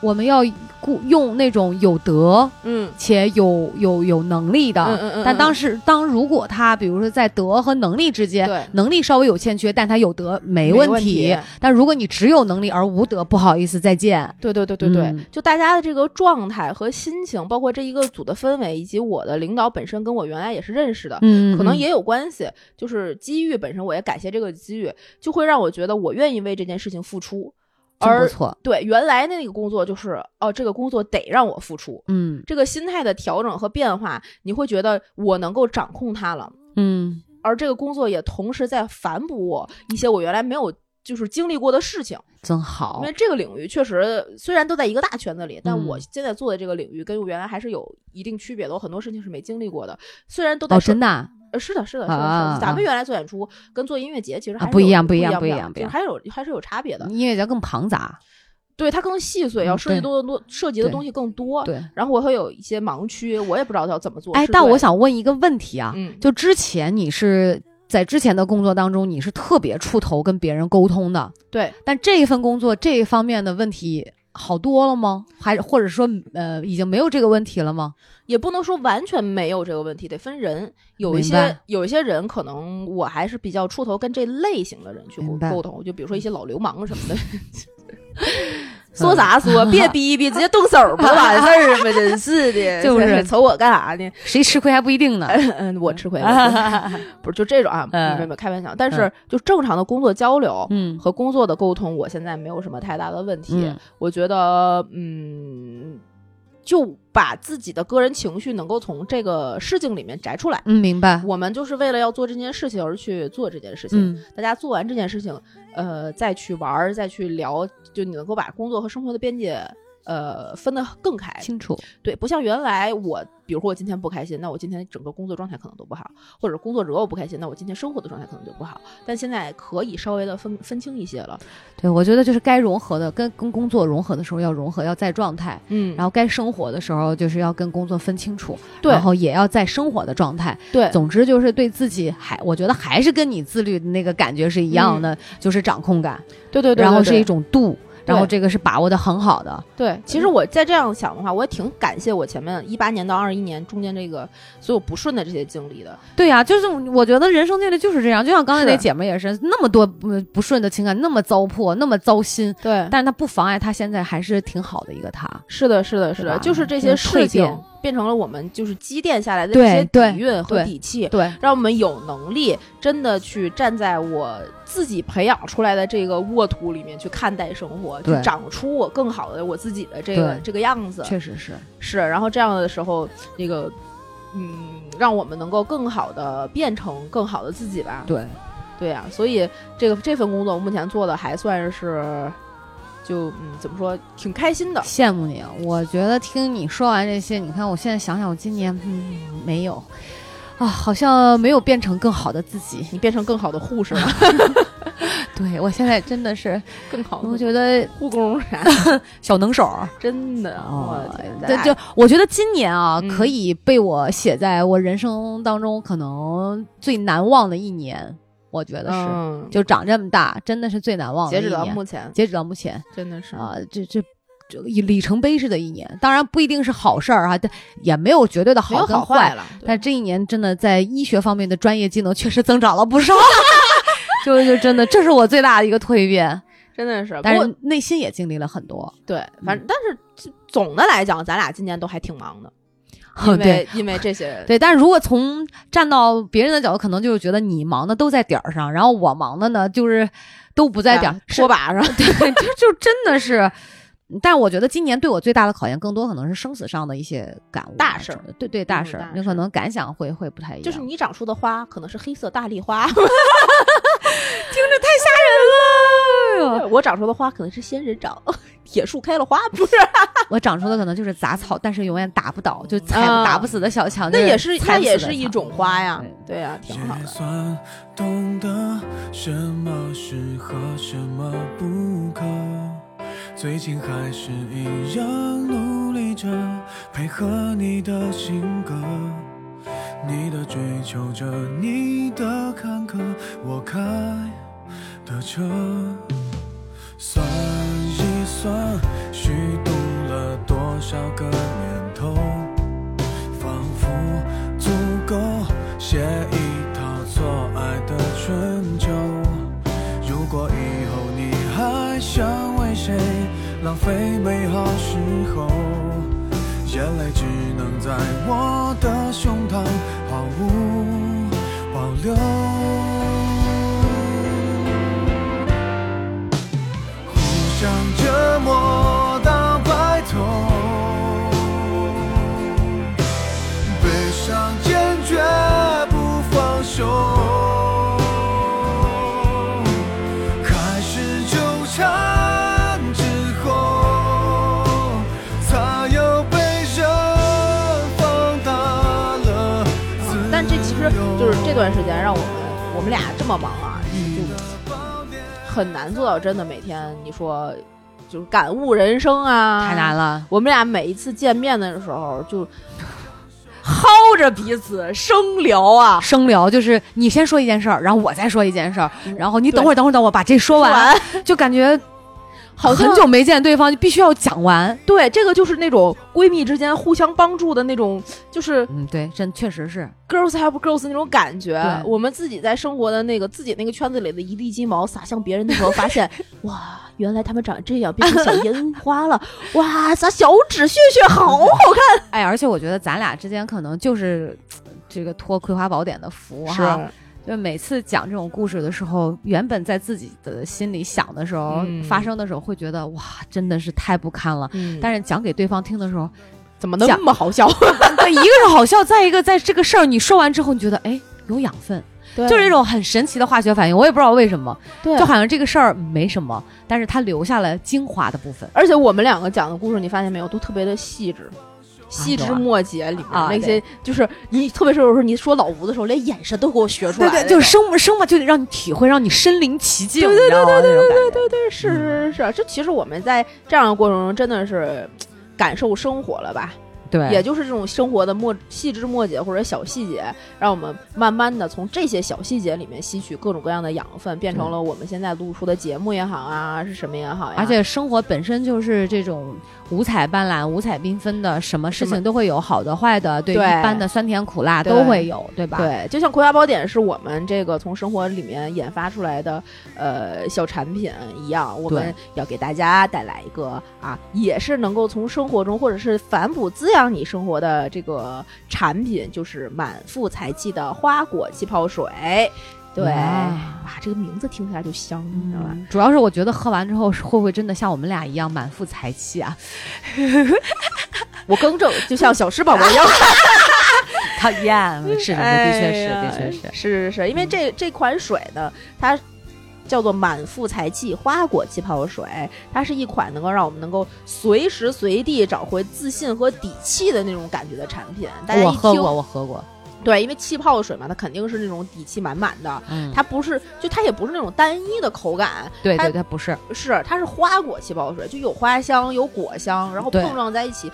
S1: 我们要顾用那种有德
S2: 嗯
S1: 且有有有能力的，
S2: 嗯嗯嗯
S1: 但
S2: 嗯
S1: 当时当如果他比如说在德和能力之间，
S2: 对
S1: 能力稍微有欠缺，但他有德没
S2: 没
S1: 问
S2: 问题
S1: 但如果你只有能力而无德，不好意思，再见。
S2: 对对对对对，
S1: 嗯
S2: 就大家的这个状态和心情，包括这一个组的氛围，以及我的领导本身跟我原来也是认识的，
S1: 嗯
S2: 可能也有关系，就是机遇本身，我也感谢这个机遇，就会让我觉得我愿意为这件事情付出。
S1: 真不
S2: 而
S1: 错。
S2: 对原来那个工作就是哦，这个工作得让我付出，
S1: 嗯
S2: 这个心态的调整和变化，你会觉得我能够掌控它了，
S1: 嗯
S2: 而这个工作也同时在反哺我一些我原来没有。就是经历过的事情，
S1: 真
S2: 因
S1: 好
S2: 为。这个领域确实虽然都在一个大圈子里，但
S1: 哦嗯
S2: 我现在做的这个领域跟我原来还是有一定区别的。我很多事情是没经历过的，虽然都在
S1: 哦，
S2: 手
S1: 真的啊、
S2: 呃，是的，是的，是的，是
S1: 啊啊啊
S2: 的咱们原来做演出跟做音乐节其实
S1: 啊
S2: 还是
S1: 不一
S2: 有
S1: 样不
S2: 不
S1: 一样
S2: 样，
S1: 不一
S2: 一
S1: 样不一
S2: 就是还有还是有差别的。
S1: 音乐节更庞杂。
S2: 对，它更细碎，要
S1: 嗯
S2: 涉
S1: 对
S2: 及多多涉及的
S1: 对
S2: 东西更多。
S1: 对，
S2: 然后我会有一些盲区，哦我也不知道要怎么做。
S1: 哎，
S2: 是
S1: 但
S2: 对
S1: 我
S2: 的，
S1: 想问一个问题啊，
S2: 嗯，
S1: 就之前你是在之前的工作当中，你是特别出头跟别人沟通的，
S2: 对，
S1: 但这一份工作这一方面的问题好多了吗？还是或者说呃，已经没有这个问题了吗？
S2: 也不能说完全没有这个问题，得分人。有一
S1: 明白
S2: 些有一些人可能我还是比较出头，跟这类型的人去沟
S1: 明白嗯
S2: 沟通，就比如说一些老流氓什 么的。说啥说，
S1: 嗯
S2: 别逼逼，直接动手儿不就完事儿了吗？真是 的，
S1: 就是
S2: 真瞅我干啥呢？
S1: 谁吃亏还不一定 呢。
S2: 嗯，我吃亏 了，不是就这种啊，没
S1: 嗯
S2: 有没有开玩笑。但是就正常的工作交流
S1: 嗯
S2: 和工作的沟通，我现在没有什么太大的问题
S1: 嗯。
S2: 我觉得，嗯，就把自己的个人情绪能够从这个事情里面摘出来。
S1: 嗯，明白。
S2: 我们就是为了要做这件事情而去做这件事情。
S1: 嗯
S2: 大家做完这件事情，呃，再去玩儿，再去聊，就你能够把工作和生活的边界，呃，分得更开。
S1: 清楚。
S2: 对，不像原来我，比如说我今天不开心，那我今天整个工作状态可能都不好，或者工作惹我不开心，那我今天生活的状态可能就不好。但现在可以稍微的分分清一些了，
S1: 对，我觉得就是该融合的，跟跟工作融合的时候要融合，要在状态；
S2: 嗯
S1: 然
S2: 后
S1: 后该生活的时候，就是要跟工作分清楚，
S2: 对
S1: 然后也要在生活的状态。
S2: 对
S1: 总之就是对自己还，我觉得还是跟你自律的那个感觉是一样的，就是掌控感，
S2: 对对对，
S1: 然后
S2: 对
S1: 是一种度，然后
S2: 对
S1: 这个是把握的很好的。
S2: 对。其实我再这样想的话，我也挺感谢我前面一八年到二一年中间这个所有不顺的这些经历的，
S1: 对呀、就是我觉得人生阅历就是这样，就像刚才
S2: 是
S1: 那姐们也是，那么多不不顺的情感，那么糟粕，那么糟心，
S2: 对。
S1: 但是她不妨碍她现在还是挺好的一个她。
S2: 是的，是的，是
S1: 对
S2: 的，
S1: 吧
S2: 就是这
S1: 这
S2: 些
S1: 种
S2: 事
S1: 蜕
S2: 情
S1: 变
S2: 变成了我们就是积淀下来的这
S1: 对
S2: 些
S1: 对
S2: 底蕴和
S1: 对
S2: 底气，
S1: 对，
S2: 让我们有能力真的去站在我自己培养出来的这个沃土里面去看待生活，去
S1: 对
S2: 长出我更好的我自己的这个
S1: 对
S2: 这个样子。
S1: 确实是。
S2: 是，然后这样的时候，这个嗯，让我们能够更好的变成更好的自己吧。
S1: 对，
S2: 对呀、所以这个这份工作我目前做的还算是。就嗯，怎么说，挺开心的。
S1: 羡慕你，我觉得听你说完这些，你看我现在想想，我今年嗯没有啊，好像没有变成更好的自己。
S2: 你变成更好的护 士了，
S1: 对我现在真的是，
S2: 更好
S1: 我
S2: 的
S1: 觉得
S2: 护工啥，
S1: 小能手儿。
S2: 真的，我的天，
S1: 哦对，就我觉得今年啊，
S2: 哦嗯
S1: 可以被我写在我人生当中可能最难忘的一年，我觉得是，
S2: 嗯，
S1: 就长这么大，真的是最难忘的
S2: 截
S1: 一
S2: 止
S1: 年。
S2: 到目嗯前，
S1: 截止到目前，
S2: 真的是
S1: 啊、这这这以里程碑式的一年，当然不一定是好事儿啊，但也没有绝对的
S2: 没有
S1: 好跟
S2: 好坏
S1: 坏。
S2: 了，
S1: 但这一年真的在医学方面的 专业技能确实增长了不少，就就真的这是我最大的一个蜕变。
S2: 真的是。不
S1: 但
S2: 过
S1: 是嗯内心也经历了很多。
S2: 对，反正但是这总的来讲，咱俩今年都还 挺忙的，因
S1: 哦对
S2: 为因为这些
S1: 对，但是如果从站到别人的角度，可能就是觉得你忙的都在点儿上，然后我忙的呢就是都不在点儿，
S2: 啊拖把上，
S1: 是对，就就真的是。但我觉得今年对我最大的考验，更多可能是生死上的一些感悟，
S2: 大事儿，
S1: 对对，大
S2: 嗯
S1: 事
S2: 大
S1: 儿，
S2: 事
S1: 有
S2: 儿
S1: 可能感想会会不太一样，
S2: 就是你长出的花可能是黑色大丽花，
S1: 听着太吓人了。哎呦
S2: 我长出的花可能是仙人掌， 铁树开了花，不是？
S1: 我长出的可能就是杂草，但是永远打不倒，就踩
S2: 啊
S1: 打不死的小强。
S2: 嗯那
S1: 就是
S2: 也是
S1: 踩
S2: 它
S1: 不死
S2: 也
S1: 的
S2: 是一
S1: 草
S2: 种花哎呀
S1: 对，
S2: 对呀，挺好
S5: 也
S2: 的。
S5: 算懂得什么适合，什么不可。最近还是一样努力着，配合你的性格，你的追求着，你的坎坷，我开的车。算一算，虚度了多少个年头？仿佛足够写一套错爱的春秋。如果以后你还想为谁浪费美好时候，眼泪只能在我的胸膛毫无保留。互相折磨到白头。悲伤坚决不放手，开始纠缠之后，才又被人放大了自由。
S2: 但这其实就是这段时间让我们我们俩这么忙啊，
S5: 你
S2: 就
S5: 的宝典
S2: 很难做到真的每天你说就是感悟人生啊，
S1: 太难。了。
S2: 我们俩每一次见面的时候就薅着彼此生聊啊，
S1: 生聊就是你先说一件事儿，然后我再说一件事儿，然后你
S2: 嗯对
S1: 等会儿等会儿等我把这说
S2: 说
S1: 完，
S2: 完
S1: 就感觉
S2: 好像
S1: 很久没见对方，就必须要讲完。
S2: 对，这个就是那种闺蜜之间互相帮助的那种，就是
S1: 嗯，对，真确实是
S2: girls help girls 那种感觉
S1: 对。
S2: 我们自己在生活的那个自己那个圈子里的一地鸡毛撒向别人的时候，发现哇，原来他们长这样，变成小烟花了。哇，撒小指屑屑好好看
S1: 哎，而且我觉得咱俩之间可能就是呃这个托《葵花宝典》的福哈，
S2: 哇！
S1: 就每次讲这种故事的时候，原本在自己的心里想的时候，
S2: 嗯
S1: 发生的时候会觉得哇，真的是太不堪了。
S2: 嗯但
S1: 但是讲给对方听的时候，哎
S2: 怎么那么好笑？
S1: 对，一个是好笑，再一个在这个事儿你说完之后，你觉得哎有养分，
S2: 对
S1: 就是一种很神奇的化学反应。我也不知道为什么，
S2: 对
S1: 就好像这个事儿没什么，但是它留下了精华的部分。
S2: 而且我们两个讲的故事，你发现没有，都特别的细致。细
S1: 有
S2: 枝
S1: 啊
S2: 末节里面、
S1: 啊
S2: 那些，就是你，特别是有时候你说老吴的时候，连眼神都给我学出来
S1: 对
S2: 了
S1: 对，
S2: 那种，
S1: 就是生生吧，就得让你体会，让你身临其境，对对对对对对对对，
S2: 是是是是，这其实我们在这样的过程中真的是感受生活了吧？
S1: 对，
S2: 也就是这种生活的末细枝末节或者小细节，让我们慢慢的从这些小细节里面吸取各种各样的养分，变成了我们现在录出的节目也好嗯啊，是什么也好呀。
S1: 而且生活本身就是这种五彩斑斓、五彩缤纷的，什么事
S2: 什么
S1: 情都会有，好的、坏的，对
S2: 对
S1: 一般的酸甜苦辣
S2: 对
S1: 都会有，对吧？
S2: 对，就像《葵花宝典》是我们这个从生活里面研发出来的呃小产品一样，我们
S1: 对
S2: 要给大家带来一个啊，也是能够从生活中或者是反哺滋养你生活的这个产品，就是满腹才气的花果气泡水。对，哇
S1: 哇
S2: 这个名字听起来就香，你知道吧？
S1: 嗯主要是我觉得喝完之后是会不会真的像我们俩一样满腹才气啊？
S2: 我更正，就像小狮宝宝一样。哎
S1: 讨厌， 是的，的确是，的确是嗯
S2: 是。是是，因为这这款水呢，它叫做满腹才气花果气泡水，它是一款能够让我们能够随时随地找回自信和底气的那种感觉的产品。大家
S1: 我
S2: 一
S1: 喝
S2: 听
S1: 过，，我喝过，
S2: 对，因为气泡水嘛，它肯定是那种底气满满的。
S1: 嗯，
S2: 它不是，就它也不是那种单一的口感，
S1: 对
S2: 它
S1: 对，它不是，
S2: 是它是花果气泡水，就有花香有果香，然后
S1: 对
S2: 碰撞在一起，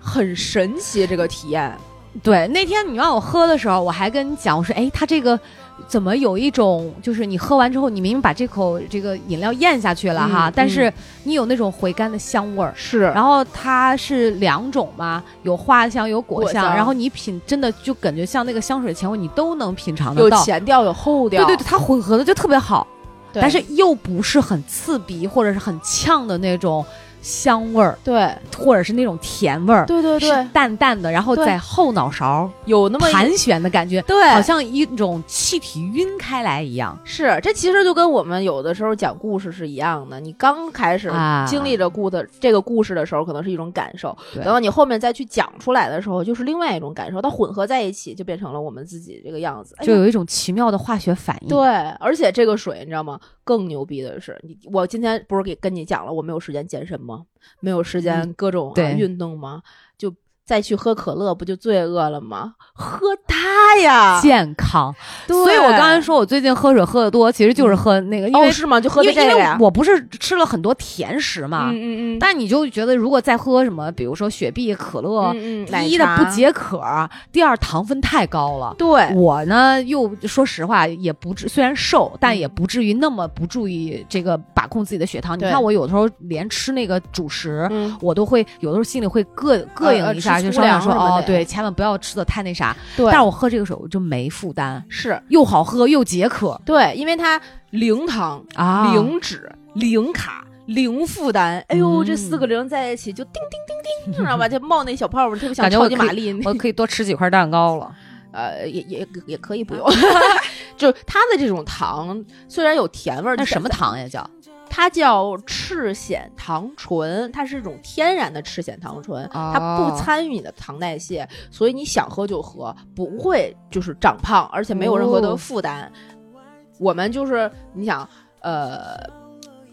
S2: 很神奇这个体验。
S1: 对，那天你让我喝的时候，我还跟你讲，我说，哎，它这个怎么有一种，就是你喝完之后，你明明把这口这个饮料咽下去了哈，
S2: 嗯
S1: 但是你有那种回甘的香味儿。
S2: 是
S1: 然后它是两种嘛，有花香有果
S2: 果
S1: 香，
S2: 香
S1: 然后你品真的就感觉像那个香水前味，你都能品尝得
S2: 有
S1: 到。
S2: 前调有后调，
S1: 对对对，它混合的就特别好。
S2: 对
S1: 但是又不是很刺鼻或者是很呛的那种香味儿，
S2: 对
S1: 或者是那种甜味儿，
S2: 对对
S1: 是
S2: 对，
S1: 淡淡的，然后
S2: 对
S1: 在后脑勺
S2: 有那么一
S1: 盘旋的感觉，
S2: 对，
S1: 好像一种气体晕开来一样。
S2: 是，这其实就跟我们有的时候讲故事是一样的。你刚开始
S1: 啊
S2: 经历着故的、这个故事的时候，可能是一种感受，
S1: 对
S2: 等到你后面再去讲出来的时候，就是另外一种感受。它混合在一起，就变成了我们自己这个样子。哎
S1: 就
S2: 呀
S1: 有一种奇妙的化学反应。
S2: 对，而且这个水你知道吗？更牛逼的是，你我今天不是给跟你讲了，我没有时间健身吗？没有时间
S1: 嗯
S2: 各种、啊
S1: 对
S2: 运动吗？就再去喝可乐，不就罪恶了吗？喝它呀！
S1: 健康，
S2: 啊对
S1: 所以我刚才说我最近喝水喝的多，其实就是喝那个，因为、
S2: 哦是吗？就喝
S1: 因
S2: 的
S1: 为因
S2: 这个
S1: 为
S2: 呀。
S1: 我不是吃了很多甜食嘛，
S2: 嗯嗯嗯，
S1: 但你就觉得如果再喝什么，比如说雪碧、可乐，
S2: 嗯嗯，
S1: 第一的
S2: 奶茶
S1: 不解渴，第二糖分太高了。
S2: 对，
S1: 我呢，又说实话，也不至虽然瘦，但也不至于那么不注意这个把控自己的血糖。你
S2: 对
S1: 看我有的时候连吃那个主食，
S2: 嗯，
S1: 我都会有的时候心里会膈膈
S2: 呃
S1: 应一下，
S2: 吃
S1: 就
S2: 粗
S1: 商量
S2: 粮
S1: 说
S2: 什
S1: 哦
S2: 么的，
S1: 对，千万不要吃的太那啥。
S2: 对，
S1: 但是我喝这个水我就没负担，
S2: 是
S1: 又好喝又解渴
S2: 嗯对，因为它零糖、
S1: 啊
S2: 零脂、零卡、零负担。哎呦，这
S1: 嗯
S2: 四个零在一起就叮叮叮叮，知道吧？就冒那小泡泡，特别像
S1: 感觉
S2: 超
S1: 我
S2: 级
S1: 可以
S2: 玛丽那
S1: 我可以多吃几块蛋糕了。
S2: 呃，也也也可以 不用。 就是它的这种糖虽然有甜味儿，
S1: 那
S2: 但
S1: 什么？糖呀叫？
S2: 它叫赤藓糖醇，它是一种天然的赤藓糖醇，它不
S1: 哦
S2: 参与你的糖代谢，所以你想喝就喝，不会就是长胖，而且没有任何的
S1: 哦
S2: 负担。我们就是你想，呃，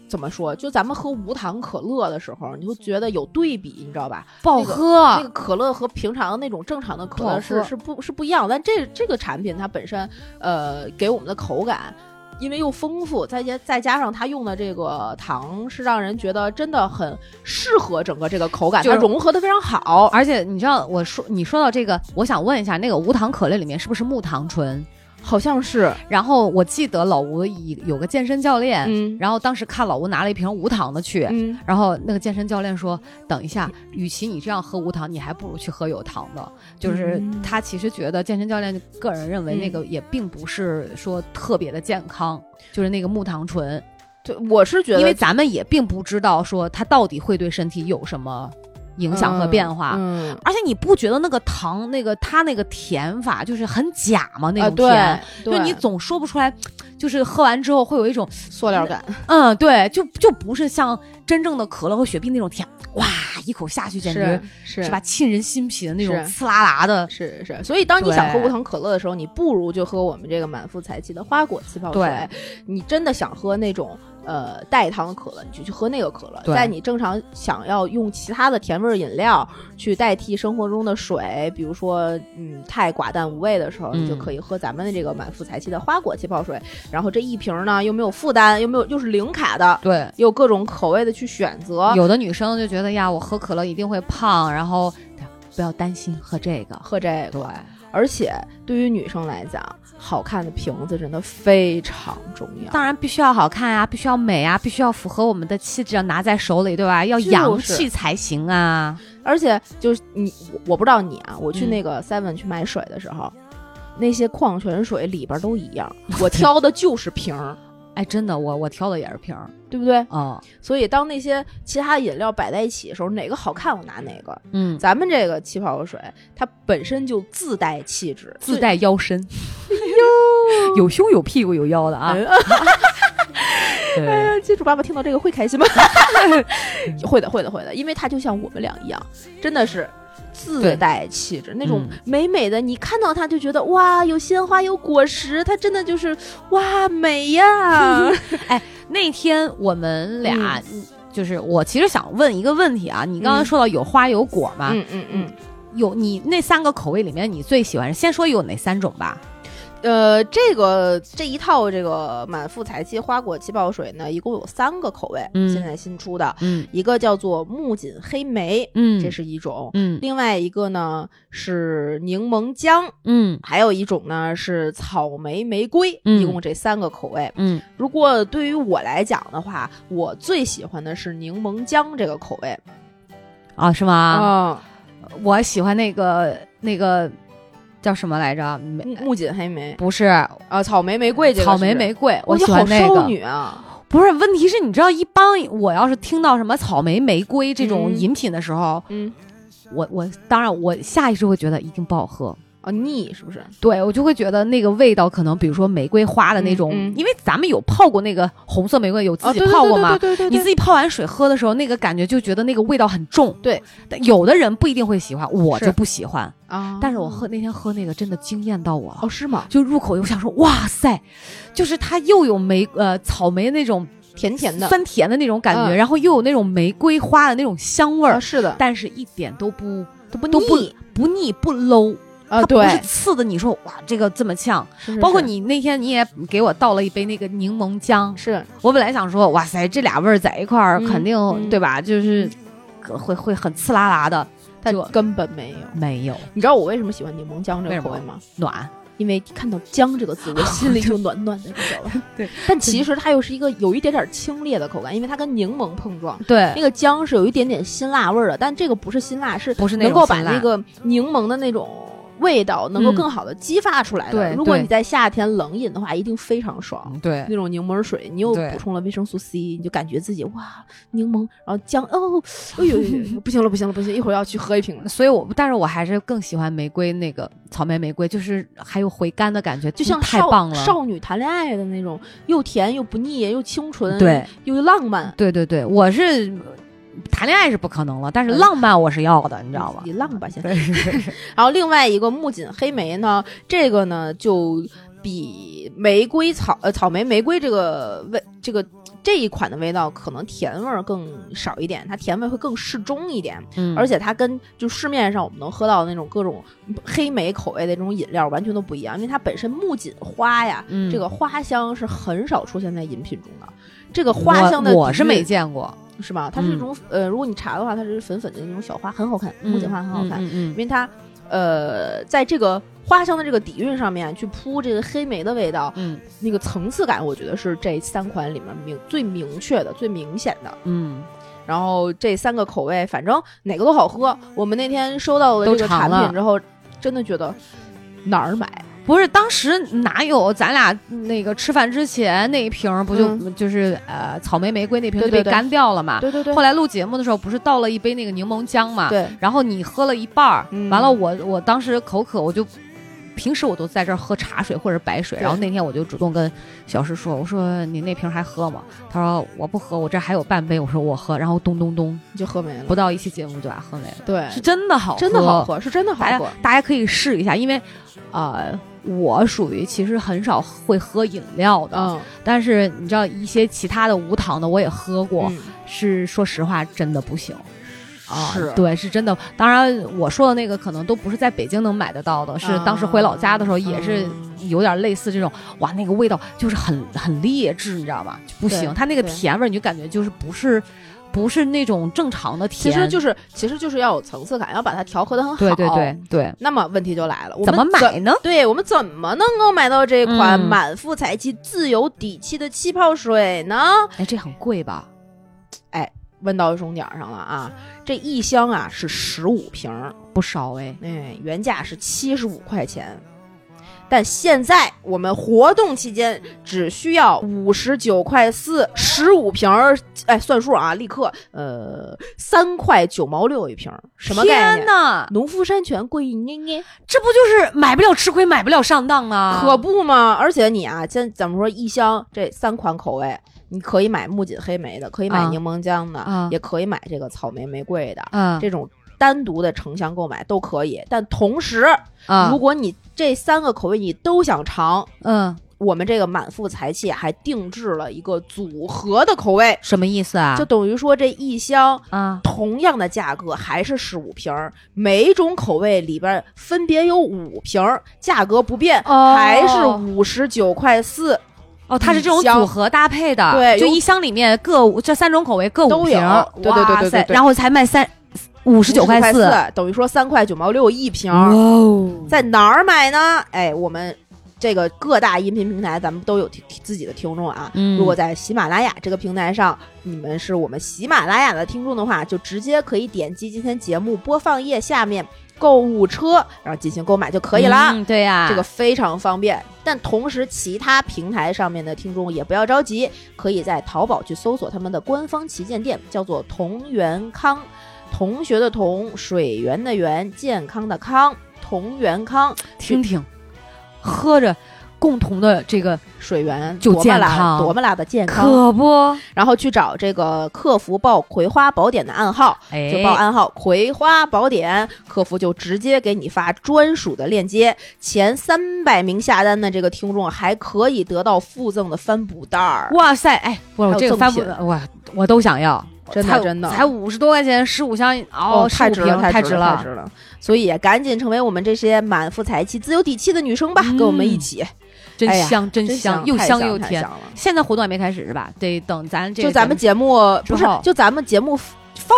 S2: 怎么说？就咱们喝无糖可乐的时候，你会觉得有对比，你知道吧？
S1: 不好
S2: 那个那
S1: 喝
S2: 个可乐和平常的那种正常的
S1: 啊
S2: 可
S1: 不好
S2: 乐
S1: 喝
S2: 是是不是不一样的，但这这个产品它本身，呃，给我们的口感，因为又丰富，再加再加上它用的这个糖是让人觉得真的很适合整个这个口感，
S1: 就是
S2: 它融合的非常好。
S1: 而且你知道，我说你说到这个，我想问一下，那个无糖可乐里面是不是木糖醇？
S2: 好像是，
S1: 然后我记得老吴以有个健身教练，
S2: 嗯
S1: 然后当时看老吴拿了一瓶无糖的去，
S2: 嗯，
S1: 然后那个健身教练说：“等一下，与其你这样喝无糖，你还不如去喝有糖的。”就是
S2: 嗯
S1: 他其实觉得健身教练个人认为那个也并不是说特别的健康，就是那个木糖醇，
S2: 对，我是觉得
S1: 因为咱们也并不知道说它到底会对身体有什么影响和变化。
S2: 嗯嗯
S1: 而且你不觉得那个糖，那个它那个甜法就是很假吗？那
S2: 啊，
S1: 种甜，
S2: 对，对
S1: 就你总说不出来，就是喝完之后会有一种
S2: 塑料感，
S1: 嗯，对，就就不是像真正的可乐和雪碧那种甜，哇，一口下去简直
S2: 是
S1: 吧？？沁人心脾的那种
S2: 是
S1: 刺啦啦的，
S2: 是是，所以当你想喝
S1: 对
S2: 无糖可乐的时候，你不如就喝我们这个满腹才气的花果气泡水
S1: 对。
S2: 你真的想喝那种呃代糖可乐，你就去喝那个可乐。
S1: 对
S2: 在你正常想要用其他的甜味儿饮料去代替生活中的水，比如说嗯太寡淡无味的时候，
S1: 嗯
S2: 你就可以喝咱们的这个满腹才气的花果气泡水。然后这一瓶呢又没有负担，又没有又是零卡的，
S1: 对。
S2: 有各种口味的去选择。
S1: 有的女生就觉得呀，我喝可乐一定会胖，然后不要担心，喝这个。
S2: 喝这
S1: 对
S2: 个，而且对于女生来讲，好看的瓶子真的非常重要。
S1: 当然必须要好看啊，必须要美啊，必须要符合我们的气质，要拿在手里，对吧？要
S2: 就是
S1: 洋气才行啊！
S2: 而且就是你，我我不知道你啊，我去
S1: 嗯
S2: 那个 Seven 去买水的时候，那些矿泉水里边都一 样，我挑的就是瓶儿，
S1: 哎，真的，我我挑的也是瓶儿，
S2: 对不对？
S1: 嗯
S2: 所以当那些其他饮料摆在一起的时候，哪个好看我拿哪个。
S1: 嗯，
S2: 咱们这个气泡水，它本身就自带气质，
S1: 自带腰身， 有胸有屁股有腰的啊
S2: 哎！
S1: 对
S2: 哎金主爸爸听到这个会开心吗？ 会的，会的，会的，因为他就像我们俩一样，真的是自
S1: 对
S2: 带气质，那种
S1: 嗯
S2: 美美的，你看到它就觉得哇，有鲜花，有果实，它真的就是哇美呀！
S1: 嗯那天我们俩、就是我其实想问一个问题啊，你刚刚说到有花有果嘛，
S2: 嗯嗯，
S1: 有你那三个口味里面，你最喜欢先说有哪三种吧？
S2: 呃，这个这一套这个满腹才气花果气泡水呢，一共有三个口味，
S1: 嗯
S2: 现在新出的
S1: 嗯
S2: 一个叫做木槿黑莓，
S1: 嗯
S2: 这是一种。
S1: 嗯
S2: 另外一个呢是柠檬姜，
S1: 嗯
S2: 还有一种呢是草莓玫瑰，
S1: 嗯
S2: 一共这三个口味。
S1: 嗯
S2: 如果对于我来讲的话，我最喜欢的是柠檬姜这个口味
S1: 啊，是吗？
S2: 啊，
S1: 我喜欢那个那个叫什么来着？玫
S2: 嗯木木槿黑莓
S1: 不是
S2: 啊，草莓玫瑰这个
S1: 草
S2: 是
S1: 莓
S2: 不是，
S1: 玫瑰，
S2: 我
S1: 我喜欢那
S2: 少
S1: 个。
S2: 女啊，
S1: 不是，问题是你知道，一般我要是听到什么草莓玫瑰这种
S2: 嗯
S1: 饮品的时候，
S2: 嗯，
S1: 我我当然我下意识会觉得一定不好喝。
S2: 啊腻是不是？
S1: 对，我就会觉得那个味道可能，比如说玫瑰花的那种，
S2: 嗯嗯
S1: 因为咱们有泡过那个红色玫瑰，有自
S2: 啊
S1: 己
S2: 对对
S1: 泡
S2: 对
S1: 过
S2: 对
S1: 嘛，
S2: 对对对
S1: 你自己泡完水喝的时候，那个感觉就觉得那个味道很重。
S2: 对，
S1: 但有的人不一定会喜欢，我
S2: 嗯是
S1: 就不喜欢。
S2: 啊，
S1: 但是我喝那天喝那个真的惊艳到我了，
S2: 哦是吗？
S1: 就入口又想说哇塞，就是它又有玫呃草莓那种
S2: 甜甜的，
S1: 酸甜的那种感觉，
S2: 嗯
S1: 然后又有那种玫瑰花的那种香味儿，
S2: 啊是的，
S1: 但是一点都不
S2: 都不
S1: 都不
S2: 腻
S1: 不腻不 low
S2: 啊，
S1: 它
S2: 对
S1: 不是，刺的你说哇这个这么呛，
S2: 是是
S1: 包括
S2: 是
S1: 你那天你也给我倒了一杯那个柠檬浆，
S2: 是
S1: 我本来想说，哇塞，这俩味儿在一块儿，
S2: 嗯
S1: 肯定、
S2: 嗯
S1: 对吧？就是呃会会很刺啦啦的，
S2: 但
S1: 就
S2: 根本没有。
S1: 没有
S2: 你知道我为什么喜欢柠檬姜这
S1: 为
S2: 个
S1: 什么
S2: 口味吗？
S1: 暖。
S2: 因为看到“姜”这 个字，我心里就暖暖的，你知道吧？
S1: 对。
S2: 但其实它又是一个有一点点清冽的口感，因为它跟柠檬碰撞。那
S1: 对，
S2: 个姜是有一点点辛辣味儿的，但这个不是辛辣，是
S1: 不是那
S2: 能
S1: 种
S2: 够把
S1: 辛辣嗯
S2: 那个柠檬的那种味道能够更好的激发出来的。
S1: 对
S2: 如果
S1: 对
S2: 你在夏天冷饮的话，一定非常爽。
S1: 对
S2: 那种柠檬水，你又
S1: 对
S2: 补充了维生素 C，你就感觉自己哇，柠檬，然后姜，哦，哎呦，哎呦哎 呦不行了，不行了，不行，一会儿要去喝一瓶了。
S1: 所以我但是我还是更喜欢玫瑰那个草莓玫瑰，就是还有回甘的感觉，嗯
S2: 就像
S1: 太
S2: 少
S1: 棒了。
S2: 少女谈恋爱的那种，又甜又不腻，又清纯，，
S1: 对
S2: 又浪漫，
S1: 对对对，我是谈恋爱是不可能了，但是
S2: 嗯
S1: 浪漫我是要的，你知道吧
S2: 你？浪吧先。
S1: 对，是是是
S2: 然后另外一个木槿黑莓呢，这个呢就比玫瑰草呃草莓玫瑰这个味这个这一款的味道可能甜味儿更少一点，它甜味会更适中一点，
S1: 嗯
S2: 而且它跟就市面上我们能喝到的那种各种黑莓口味的那种饮料完全都不一样，因为它本身木槿花呀。
S1: 嗯
S2: 这个花香是很少出现在饮品中的，这个花香的
S1: 我我
S2: 底
S1: 是
S2: 蕴
S1: 没见过，
S2: 是吗？它是一
S1: 嗯
S2: 种、呃，如果你查的话，它是粉粉的那种小花，很好看，木槿花很好看，
S1: 嗯嗯
S2: 因为它呃，在这个花香的这个底蕴上面去铺这个黑莓的味道，
S1: 嗯
S2: 那个层次感，我觉得是这三款里面明最明确的、最明显的。
S1: 嗯
S2: 然后这三个口味，反正哪个都好喝。我们那天收到了这
S1: 都
S2: 个
S1: 尝
S2: 产
S1: 了
S2: 品之后，真的觉得哪儿买？
S1: 嗯，不是当时哪有咱俩那个吃饭之前那一瓶儿不就、就是呃草莓玫瑰那瓶
S2: 嗯对
S1: 就
S2: 对
S1: 被
S2: 对
S1: 干掉了嘛？
S2: 对对对
S1: 啊后，来录节目的时候不是倒了一杯那个柠檬浆嘛？。
S2: 对，
S1: 然后你喝了一半儿，
S2: 嗯
S1: 完了我我当时口渴，我就平时我都在这儿喝茶水或者白水，
S2: 对
S1: 然后那天我就主动跟小石说，我说你那瓶还喝吗？他说我不喝，我这还有半杯，我说我喝，然后咚咚咚，
S2: 你就喝没了。
S1: 不到一期节目就把它喝没了，
S2: 对，
S1: 是真的好，
S2: 真的好。喝，是真的好
S1: 大家
S2: 喝。
S1: 大家可以试一下，因为，呃，我属于其实很少会喝饮料的，
S2: 嗯，
S1: 但是你知道一些其他的无糖的我也喝过，
S2: 嗯
S1: 是说实话真的不行。啊，
S2: 是
S1: 对，是真的。当然，我说的那个可能都不是在北京能买得到的，是当时回老家的时候也是
S2: 嗯
S1: 有点类似这种，哇，那个味道就是很很劣质，你知道吗？就不行
S2: 对，
S1: 它那个
S2: 对
S1: 甜味儿你就感觉就是不是不是那种正常的
S2: 其
S1: 甜，
S2: 实就是其实就是要有层次感，要把它调和的很好。
S1: 对对对。对，
S2: 那么问题就来了，我们
S1: 怎么买呢？
S2: 对我们怎么能够买到这款
S1: 嗯
S2: 满腹才气、自有底气的气泡水呢？
S1: 哎，这很贵吧？
S2: 问到重点儿上了啊！这一箱啊是十五瓶儿，
S1: 不少哎，
S2: 哎，原价是七十五块钱，但现在我们活动期间只需要五十九块四，十五瓶儿，哎，算数啊，立刻，呃，三块九毛六一瓶儿，什么概
S1: 天
S2: 念？
S1: 呐，
S2: 农夫山泉贵一捏捏。
S1: 这不就是买不了吃亏，买不了上当啊吗？
S2: 可不嘛！而且你啊，先咱们说一箱这三款口味，你可以买木槿黑莓的，可以买
S1: 啊
S2: 柠檬姜的，
S1: 啊
S2: 也可以买这个草莓玫瑰的，
S1: 嗯
S2: 这种单独的成箱购买都可以。但同时，
S1: 啊
S2: 如果你这三个口味你都想尝，
S1: 嗯，
S2: 我们这个满腹才气还定制了一个组合的口味，
S1: 什么意思啊？
S2: 就等于说这一箱。
S1: 啊，
S2: 同样的价格还是十五瓶儿，每种口味里边分别有五瓶儿，价格不变，
S1: 哦
S2: 还是五十九块四，
S1: 哦，它是这种
S2: 一箱
S1: 组合搭配的，
S2: 对
S1: 就
S2: 有
S1: 一箱里面各五这三种口味各五
S2: 都
S1: 瓶
S2: 有
S1: 儿，
S2: 对对对对
S1: 哇塞
S2: 对对
S1: 然后才卖三五十九块
S2: 四
S1: 四，，
S2: 等于说三块九毛六一瓶
S1: 哇
S2: 儿。
S1: 哦，
S2: 在哪儿买呢？哎，我们这个各大音频平台，咱们都有听自己的听众啊。
S1: 嗯
S2: 如果在喜马拉雅这个平台上，你们是我们喜马拉雅的听众的话，就直接可以点击今天节目播放页下面购物车，然后进行购买就可以啦。
S6: 嗯对
S1: 啊
S6: 呀、
S2: 这个非常方便。但同时，其他平台上面的听众也不要着急，可以在淘宝去搜索他们的官方旗舰店，叫做同源康，同学的同，水源的源，健康的康，同源康，
S1: 听听，喝着共同的这个，
S2: 水源
S1: 就
S2: 多么
S1: 健
S2: 辣，
S1: 康
S2: 多么辣的健康。
S1: 可不，
S2: 然后去找这个客服报《葵花宝典》的暗号，
S1: 哎
S2: 就报暗号《葵花宝典》，客服就直接给你发专属的链接。前三百名下单的这个听众还可以得到附赠的帆布袋儿，
S1: 哇塞，哎，我
S2: 还有
S1: 这个
S2: 赠
S1: 帆布
S2: 品，
S1: 我我都想要，
S2: 真
S1: 才
S2: 的真的哦
S1: 才五十多块钱，十五箱哦，
S2: 太值了，
S1: 15瓶太
S2: 值了，太值了！所以也赶紧成为我们这些满腹才气、自有底气的女生吧，
S1: 嗯
S2: 跟我们一起，
S1: 真
S2: 哎呀
S1: 香，真
S2: 真
S1: 香，
S2: 香，
S1: 又
S2: 太
S1: 香
S2: 香
S1: 又
S2: 太
S1: 甜
S2: 香。了。
S1: 现在活动还没开始是吧？得等咱这
S2: 就
S1: 个
S2: 咱们节目
S1: 之
S2: 不是
S1: 后，
S2: 就咱们节目
S1: 放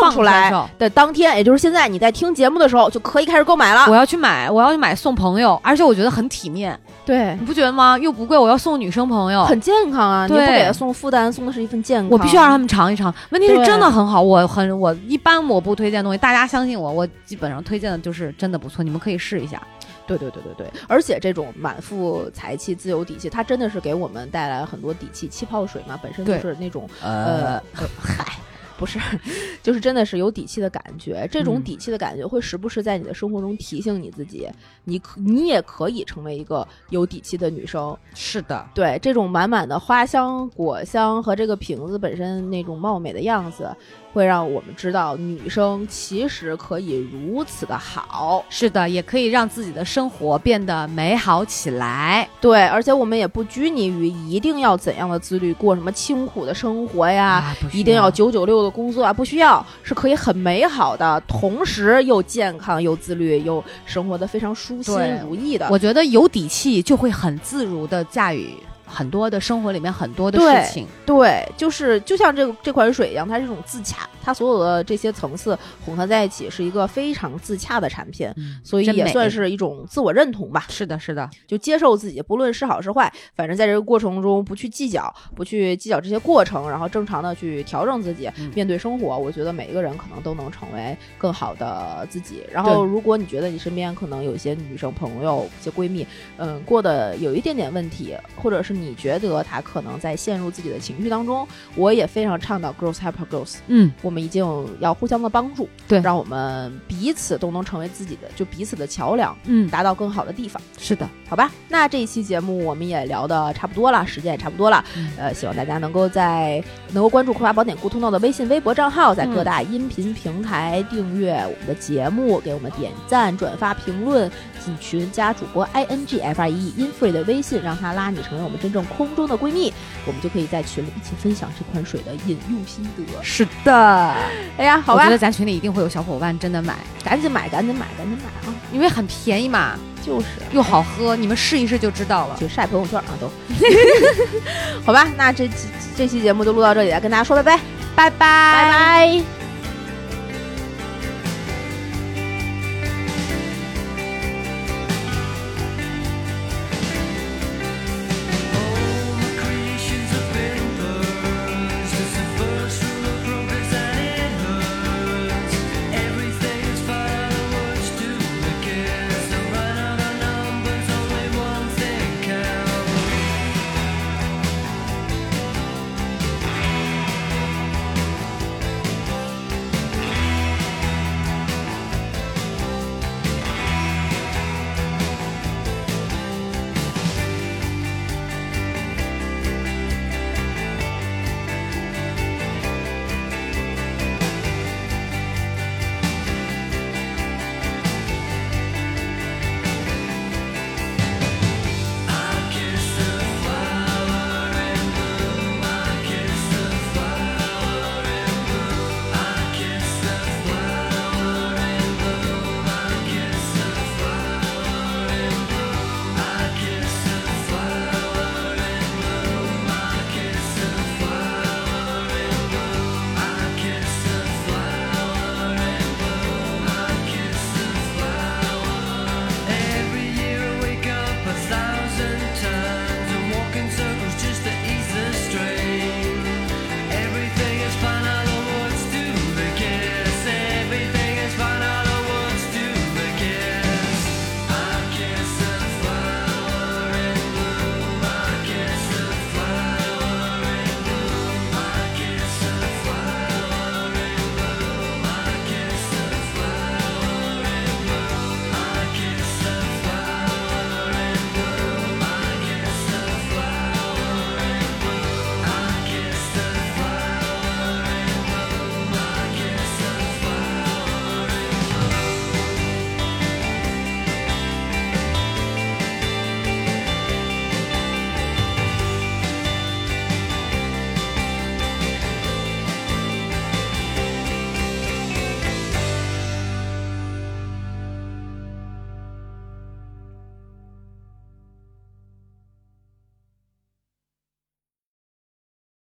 S2: 放出来
S1: 的时候
S2: 的当天，也就是现在你在听节目的时候，就可以开始购买了。
S1: 我要去买，我要去买送朋友，而且我觉得很体面，
S2: 对，
S1: 你不觉得吗？又不贵，我要送女生朋友，
S2: 很健康啊！你又不
S1: 哦对
S2: 给他送负担，送的是一份健康。
S1: 我必须要让他们尝一尝。问题是
S2: 对
S1: 真的很好，我很我一般我不推荐东西，大家相信我，我基本上推荐的就是真的不错，你们可以试一下。
S2: 对对对对对，而且这种满腹才气、自有底气，它真的是给我们带来了很多底气。气泡水嘛，本身就
S1: 对
S2: 是那种呃， 呃嗨。不是， 就是真的是有底气的感觉。这种
S1: 嗯
S2: 底气的感觉会时不时在你的生活中提醒你自己，你可你也可以成为一个有底气的女生。
S1: 是的，
S2: 对，这种满满的花香、果香和这个瓶子本身那种貌美的样子，会让我们知道女生其实可以如此的好。
S1: 是的，也可以让自己的生活变得美好起来。
S2: 对，而且我们也不拘泥于一定要怎样的自律，过什么清苦的生活呀，
S1: 啊不需
S2: 一定要
S1: 要
S2: 九九六的工作啊，不需要，是可以很美好的，同时又健康又自律，又生活的非常舒心
S1: 对
S2: 如意的。
S1: 我觉得有底气就会很自如的驾驭很多的生活里面很多的
S2: 对
S1: 事情。
S2: 对，就是就像这个这款水一样，它是一种自洽，它所有的这些层次混合在一起，是一个非常自洽的产品。
S1: 嗯
S2: 所以
S1: 真
S2: 也
S1: 美
S2: 算是一种自我认同吧，
S1: 是的，是的，
S2: 就接受自己，不论是好是坏，反正在这个过程中不去计较，不去计较这些过程，然后正常的去调整自己，
S1: 嗯
S2: 面对生活。我觉得每一个人可能都能成为更好的自己。然后，如果你觉得你身边可能有一些女生朋友、一些闺蜜，嗯，过得有一点点问题，或者是你觉得她可能在陷入自己的情绪当中，我也非常倡导 girls help girls。
S1: 嗯，
S2: 我们一定要互相的帮助，
S1: 对
S2: 让我们彼此都能成为自己的，就彼此的桥梁，
S1: 嗯，
S2: 达到更好的地方。
S1: 是的，
S2: 好吧，那这一期节目我们也聊的差不多了，时间也差不多了，
S1: 嗯
S2: 呃，希望大家能够在能够关注《葵花宝典》顾通道的微信、微博账号，在
S1: 嗯
S2: 各大音频平台订阅我们的节目，给我们点赞、转发、评论，进群加主播 i n g f r e infree 的微信，让他拉你成为我们真正空中的闺蜜，我们就可以在群里一起分享这款水的饮用心得。
S1: 是的。
S2: 哎呀，好
S1: 我觉
S2: 吧
S1: 得，咱群里一定会有小伙伴真的买，
S2: 赶紧买，赶紧买，赶紧买啊！
S1: 因为很便宜嘛，
S2: 就是。
S1: 又好喝，你们试一试就知道了。
S2: 就晒朋友圈啊都。 好吧，那这期这期节目就录到这里了，跟大家说拜拜，拜拜，拜拜。